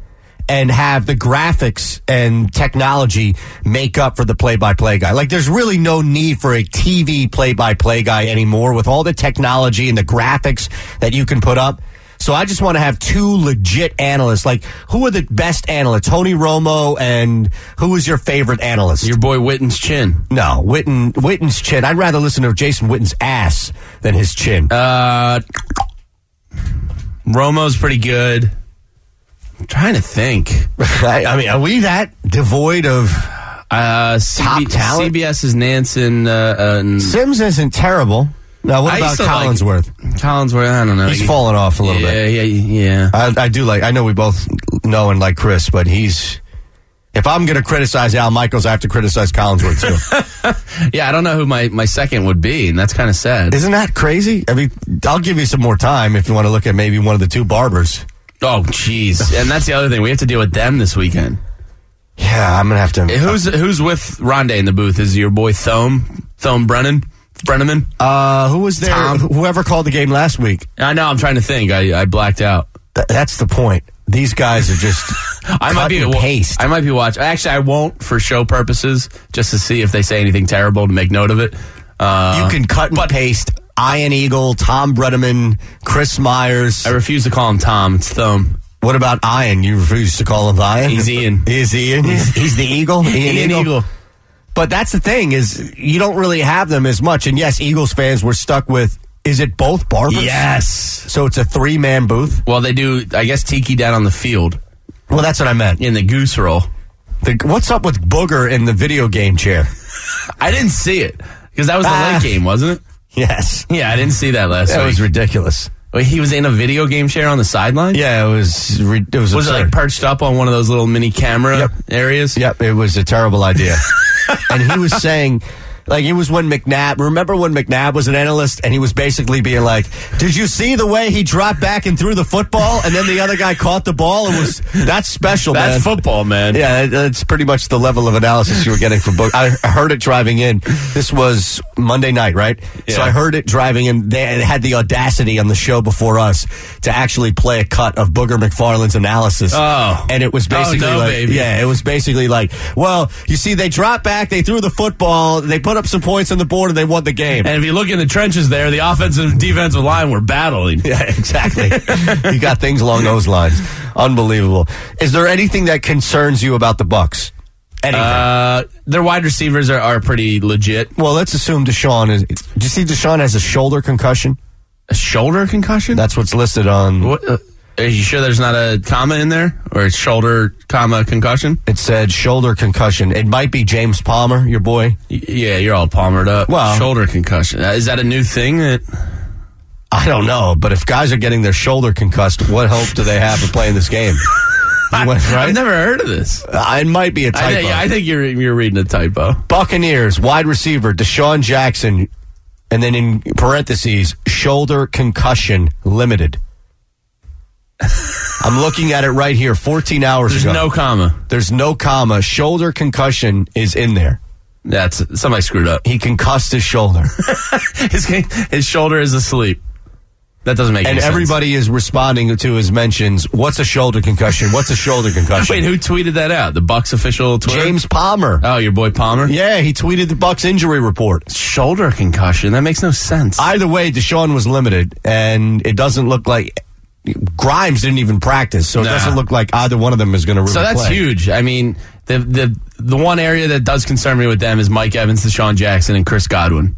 Speaker 1: and have the graphics and technology make up for the play-by-play guy. Like, there's really no need for a TV play-by-play guy anymore with all the technology and the graphics that you can put up. So I just want to have two legit analysts. Like, who are the best analysts? Tony Romo and who is your favorite analyst? Your
Speaker 2: boy Witten's chin.
Speaker 1: No, Witten Witten's chin. I'd rather listen to Jason Witten's ass than his chin.
Speaker 2: Uh, Romo's pretty good. I'm trying to think.
Speaker 1: I, I mean, are we that devoid of
Speaker 2: uh, CB,
Speaker 1: top talent?
Speaker 2: CBS's Nansen. Uh, uh, n-
Speaker 1: Sims isn't terrible. Now, what
Speaker 2: I
Speaker 1: about
Speaker 2: used to like-
Speaker 1: Collinsworth?
Speaker 2: Collinsworth, I don't know.
Speaker 1: He's fallen off a little
Speaker 2: yeah,
Speaker 1: bit.
Speaker 2: Yeah, yeah, yeah.
Speaker 1: I, I do like. I know we both know and like Chris, but he's. If I'm going to criticize Al Michaels, I have to criticize Collinsworth too.
Speaker 2: Yeah, I don't know who my, my second would be, and that's kind of sad.
Speaker 1: Isn't that crazy? I mean, I'll give you some more time if you want to look at maybe one of the two barbers.
Speaker 2: Oh, jeez. and that's the other thing. We have to deal with them this weekend.
Speaker 1: Yeah, I'm gonna have to.
Speaker 2: Who's who's with Rondé in the booth? Is your boy Thome Thome Brennan Brenneman?
Speaker 1: Uh, who was there? Whoever called the game last week.
Speaker 2: I know. I'm trying to think. I, I blacked out.
Speaker 1: Th- that's the point. These guys are just.
Speaker 2: I might be
Speaker 1: and
Speaker 2: paste. I might be watching. Actually, I won't for show purposes, just to see if they say anything terrible to make note of it. Uh,
Speaker 1: you can cut and paste. Ian Eagle, Tom Bredeman, Chris Myers.
Speaker 2: I refuse to call him Tom. It's Thumb.
Speaker 1: What about Ian? You refuse to call him Ian?
Speaker 2: He's Ian.
Speaker 1: He's Ian. He's, he's the Eagle. Ian,
Speaker 2: Ian Eagle.
Speaker 1: But that's the thing is you don't really have them as much. And yes, Eagles fans were stuck with is it both barbers?
Speaker 2: Yes.
Speaker 1: So it's a three man booth.
Speaker 2: Well, they do. I guess Tiki down on the field
Speaker 1: Well, that's what I meant.
Speaker 2: in the goose roll.
Speaker 1: The, what's up with Booger in the video game chair?
Speaker 2: I didn't see it because that was the
Speaker 1: Ah.
Speaker 2: late game, wasn't it?
Speaker 1: Yes.
Speaker 2: Yeah, I didn't see that last
Speaker 1: That
Speaker 2: week.
Speaker 1: was ridiculous.
Speaker 2: Wait, he was in a video game chair on the sideline.
Speaker 1: Yeah, it was. Re- it was.
Speaker 2: Was it
Speaker 1: absurd.
Speaker 2: like perched up on one of those little mini camera areas?
Speaker 1: Yep, it was a terrible idea. and he was saying Like it was when McNabb. Remember when McNabb was an analyst and he was basically being like, "Did you see the way he dropped back and threw the football, and then the other guy caught the ball? It was that's special.
Speaker 2: That's
Speaker 1: man.
Speaker 2: football, man.
Speaker 1: Yeah, that's pretty much the level of analysis you were getting from Book. I heard it driving in. This was Monday night, right? So
Speaker 2: Yeah.
Speaker 1: I heard it driving in. They had the audacity on the show before us to actually play a cut of Booger McFarland's analysis.
Speaker 2: Oh.
Speaker 1: and it was
Speaker 2: Oh,
Speaker 1: basically
Speaker 2: no,
Speaker 1: like,
Speaker 2: baby.
Speaker 1: yeah, it was basically like, well, you see, they dropped back, they threw the football, they put up some points on the board, and they won the game.
Speaker 2: And if you look in the trenches there, the offensive and defensive line were battling.
Speaker 1: Yeah, exactly. you got things along those lines. Unbelievable. Is there anything that concerns you about the Bucks? Anything?
Speaker 2: Uh, their wide receivers are, are pretty legit.
Speaker 1: Well, let's assume Deshaun is. Do you see Deshaun has a shoulder concussion?
Speaker 2: A shoulder concussion?
Speaker 1: That's what's listed on.
Speaker 2: What, uh, are you sure there's not a comma in there or it's shoulder comma concussion?
Speaker 1: It said shoulder concussion. It might be James Palmer, your boy.
Speaker 2: Yeah, you're all palmered up.
Speaker 1: Well-
Speaker 2: shoulder concussion. Uh, Is that a new thing? That
Speaker 1: I don't know, but if guys are getting their shoulder concussed, what hope do they have of playing this game? You went, right?
Speaker 2: I've never heard of this.
Speaker 1: Uh, it might be a
Speaker 2: I
Speaker 1: typo.
Speaker 2: think, I think you're you're reading a typo.
Speaker 1: Buccaneers wide receiver Deshaun Jackson, and then in parentheses, shoulder concussion limited. I'm looking at it right here, 14 hours
Speaker 2: There's
Speaker 1: ago.
Speaker 2: no comma.
Speaker 1: There's no comma. Shoulder concussion is in there.
Speaker 2: That's somebody screwed up.
Speaker 1: He concussed his shoulder.
Speaker 2: his his shoulder is asleep. That doesn't make
Speaker 1: and
Speaker 2: any sense.
Speaker 1: everybody is responding to his mentions. What's a shoulder concussion? What's a shoulder concussion?
Speaker 2: Wait, who tweeted that out? The Bucks official Twitter.
Speaker 1: James Palmer.
Speaker 2: Oh, your boy Palmer.
Speaker 1: Yeah, he tweeted the Bucks injury report.
Speaker 2: Shoulder concussion. That makes no sense.
Speaker 1: Either way, Deshaun was limited, and it doesn't look like Grimes didn't even practice, so it
Speaker 2: Nah.
Speaker 1: doesn't look like either one of them is going to really
Speaker 2: so that's
Speaker 1: play.
Speaker 2: huge. I mean, the the the one area that does concern me with them is Mike Evans, Deshaun Jackson, and Chris Godwin.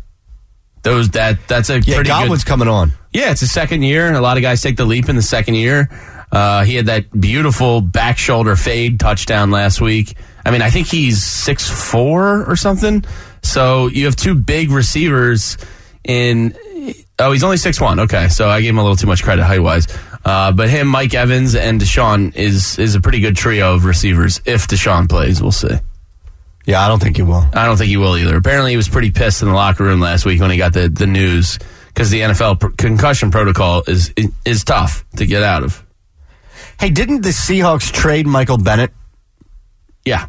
Speaker 2: Those that that's a
Speaker 1: Yeah,
Speaker 2: pretty
Speaker 1: Godwin's
Speaker 2: good,
Speaker 1: coming on.
Speaker 2: Yeah, it's his second year. A lot of guys take the leap in the second year. Uh, he had that beautiful back shoulder fade touchdown last week. I mean, I think he's six four or something. So you have two big receivers in. Oh, he's only six one. Okay, so I gave him a little too much credit height wise. Uh, but him, Mike Evans, and Deshaun is is a pretty good trio of receivers. If Deshaun plays, we'll see.
Speaker 1: Yeah, I don't think he will.
Speaker 2: I don't think he will either. Apparently, he was pretty pissed in the locker room last week when he got the, the news because the NFL pr- concussion protocol is is tough to get out of.
Speaker 1: Hey, didn't the Seahawks trade Michael Bennett?
Speaker 2: Yeah,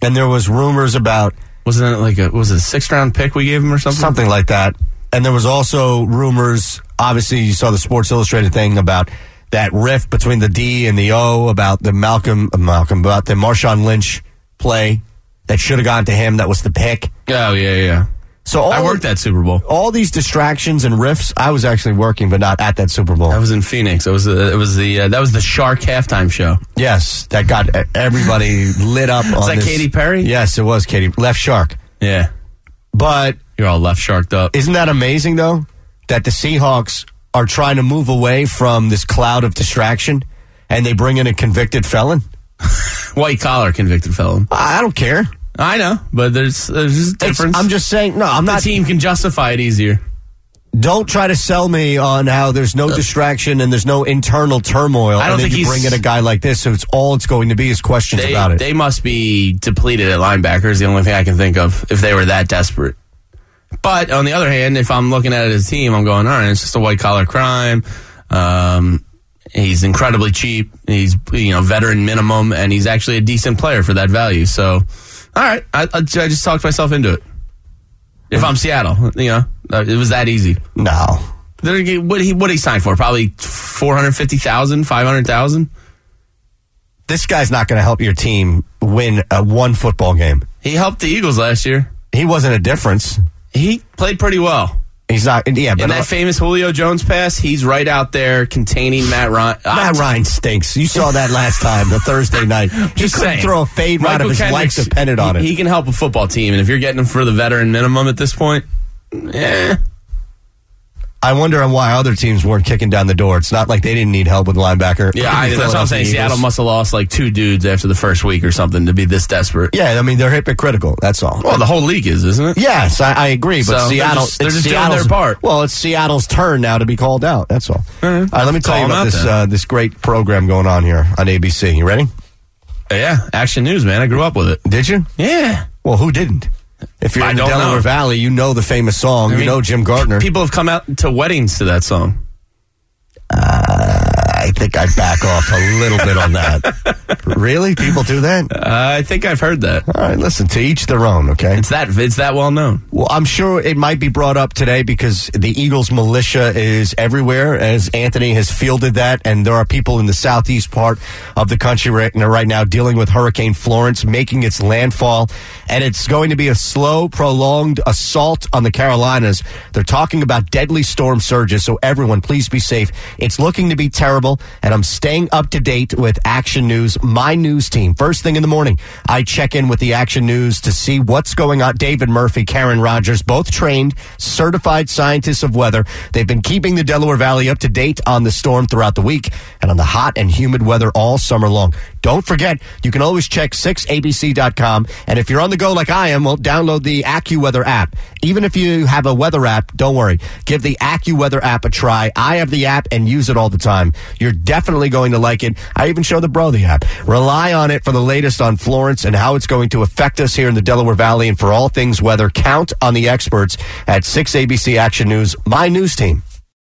Speaker 1: And there was rumors about
Speaker 2: wasn't it like a was it a sixth round pick we gave him or something?
Speaker 1: something like that. And there was also rumors. Obviously, you saw the Sports Illustrated thing about that rift between the D and the O about the Malcolm uh, Malcolm about the Marshawn Lynch play that should have gone to him. That was the pick.
Speaker 2: Oh yeah, yeah.
Speaker 1: So all
Speaker 2: I worked that Super Bowl.
Speaker 1: all these distractions and rifts. I was actually working, but not at that Super Bowl.
Speaker 2: I was in Phoenix. It was uh, it was the uh, that was the Shark halftime show.
Speaker 1: Yes, that got e- everybody lit up. on
Speaker 2: that
Speaker 1: this.
Speaker 2: Katy Perry?
Speaker 1: Yes, it was Katy Left Shark.
Speaker 2: Yeah,
Speaker 1: But
Speaker 2: you're all left sharked up.
Speaker 1: Isn't that amazing though? That the Seahawks are trying to move away from this cloud of distraction and they bring in a convicted felon?
Speaker 2: White collar convicted felon.
Speaker 1: I I don't care.
Speaker 2: I know, but there's there's a
Speaker 1: It's-
Speaker 2: difference.
Speaker 1: I'm just saying, no, I'm
Speaker 2: the
Speaker 1: not.
Speaker 2: team can justify it easier. Uh,
Speaker 1: Don't try to sell me on how there's no distraction and there's no internal turmoil.
Speaker 2: I don't
Speaker 1: and then
Speaker 2: think
Speaker 1: you
Speaker 2: he's-
Speaker 1: bring in a guy like this, so it's all it's going to be is questions
Speaker 2: They,
Speaker 1: about it.
Speaker 2: they must be depleted at linebacker is the only thing I can think of if they were that desperate. But on the other hand, if I'm looking at it as a team, I'm going, all right, it's just a white collar crime. Um, he's incredibly cheap. He's you know veteran minimum, and he's actually a decent player for that value. So, all right, I, I ju- I just talked myself into it. If I'm Seattle, you know, uh, it was that easy.
Speaker 1: no.
Speaker 2: They're, gonna get- what he what he signed for? Probably 450,000, 500,000.
Speaker 1: This guy's not going to help your team win a one football game.
Speaker 2: He helped the Eagles last year.
Speaker 1: He wasn't a difference.
Speaker 2: He played pretty well.
Speaker 1: He's not, yeah, but uh,
Speaker 2: And that famous Julio Jones pass, he's right out there containing Matt Ryan.
Speaker 1: Matt Ryan stinks. You saw that last time, the Thursday night. Just
Speaker 2: Just
Speaker 1: couldn't
Speaker 2: saying.
Speaker 1: throw a fade route
Speaker 2: Michael
Speaker 1: if his
Speaker 2: Kendricks,
Speaker 1: life depended on it.
Speaker 2: He, he can help a football team, and if you're getting him for the veteran minimum at this point, eh.
Speaker 1: I wonder on why other teams weren't kicking down the door. It's not like they didn't need help with linebacker.
Speaker 2: yeah, I, that's what I'm saying.
Speaker 1: Philadelphia
Speaker 2: Seattle
Speaker 1: Eagles.
Speaker 2: must have lost like two dudes after the first week or something to be this desperate.
Speaker 1: Yeah, I mean they're hypocritical. That's all.
Speaker 2: Well, the whole league is, isn't it?
Speaker 1: yes, I, I agree. But
Speaker 2: So, they're
Speaker 1: Seattle,
Speaker 2: just- they're
Speaker 1: it's
Speaker 2: just doing their
Speaker 1: Seattle's-
Speaker 2: part. Mm-hmm.
Speaker 1: Well, it's Seattle's turn now to be called out. That's all. All right, let me tell
Speaker 2: Call
Speaker 1: you
Speaker 2: them
Speaker 1: about
Speaker 2: out
Speaker 1: this
Speaker 2: then.
Speaker 1: uh, this great program going on here on ABC. You ready?
Speaker 2: Yeah, Action News, man. I grew up with it.
Speaker 1: Did you?
Speaker 2: Yeah.
Speaker 1: Well, who didn't? If you're
Speaker 2: I
Speaker 1: in the
Speaker 2: don't
Speaker 1: Delaware
Speaker 2: know.
Speaker 1: Valley, you know the famous song.
Speaker 2: I
Speaker 1: you
Speaker 2: mean,
Speaker 1: know Jim Gardner.
Speaker 2: People have come out to weddings to that song.
Speaker 1: I think I'd back off a little bit on that. Really? People do that?
Speaker 2: Uh, I think I've heard that.
Speaker 1: All right, listen, to each their own, okay? It's
Speaker 2: that it's that well known.
Speaker 1: Well, I'm sure it might be brought up today because the Eagles militia is everywhere as Anthony has fielded that and there are people in the southeast part of the country right now, right now dealing with Hurricane Florence making its landfall and it's going to be a slow prolonged assault on the Carolinas. They're talking about deadly storm surges, so everyone please be safe. It's looking to be terrible and I'm staying up to date with Action News, my news team. First thing in the morning, I check in with the Action News to see what's going on. David Murphy, Karen Rogers, both trained, certified scientists of weather. They've been keeping the Delaware Valley up to date on the storm throughout the week and on the hot and humid weather all summer long. Don't forget, you can always check 6abc.com. And if you're on the go like I am, well, download the AccuWeather app. Even if you have a weather app, don't worry. Give the AccuWeather app a try. I have the app and use it all the time. You're definitely going to like it. I even show the bro the app. Rely on it for the latest on Florence and how it's going to affect us here in the Delaware Valley. And for all things weather, count on the experts at 6ABC Action News, my news team.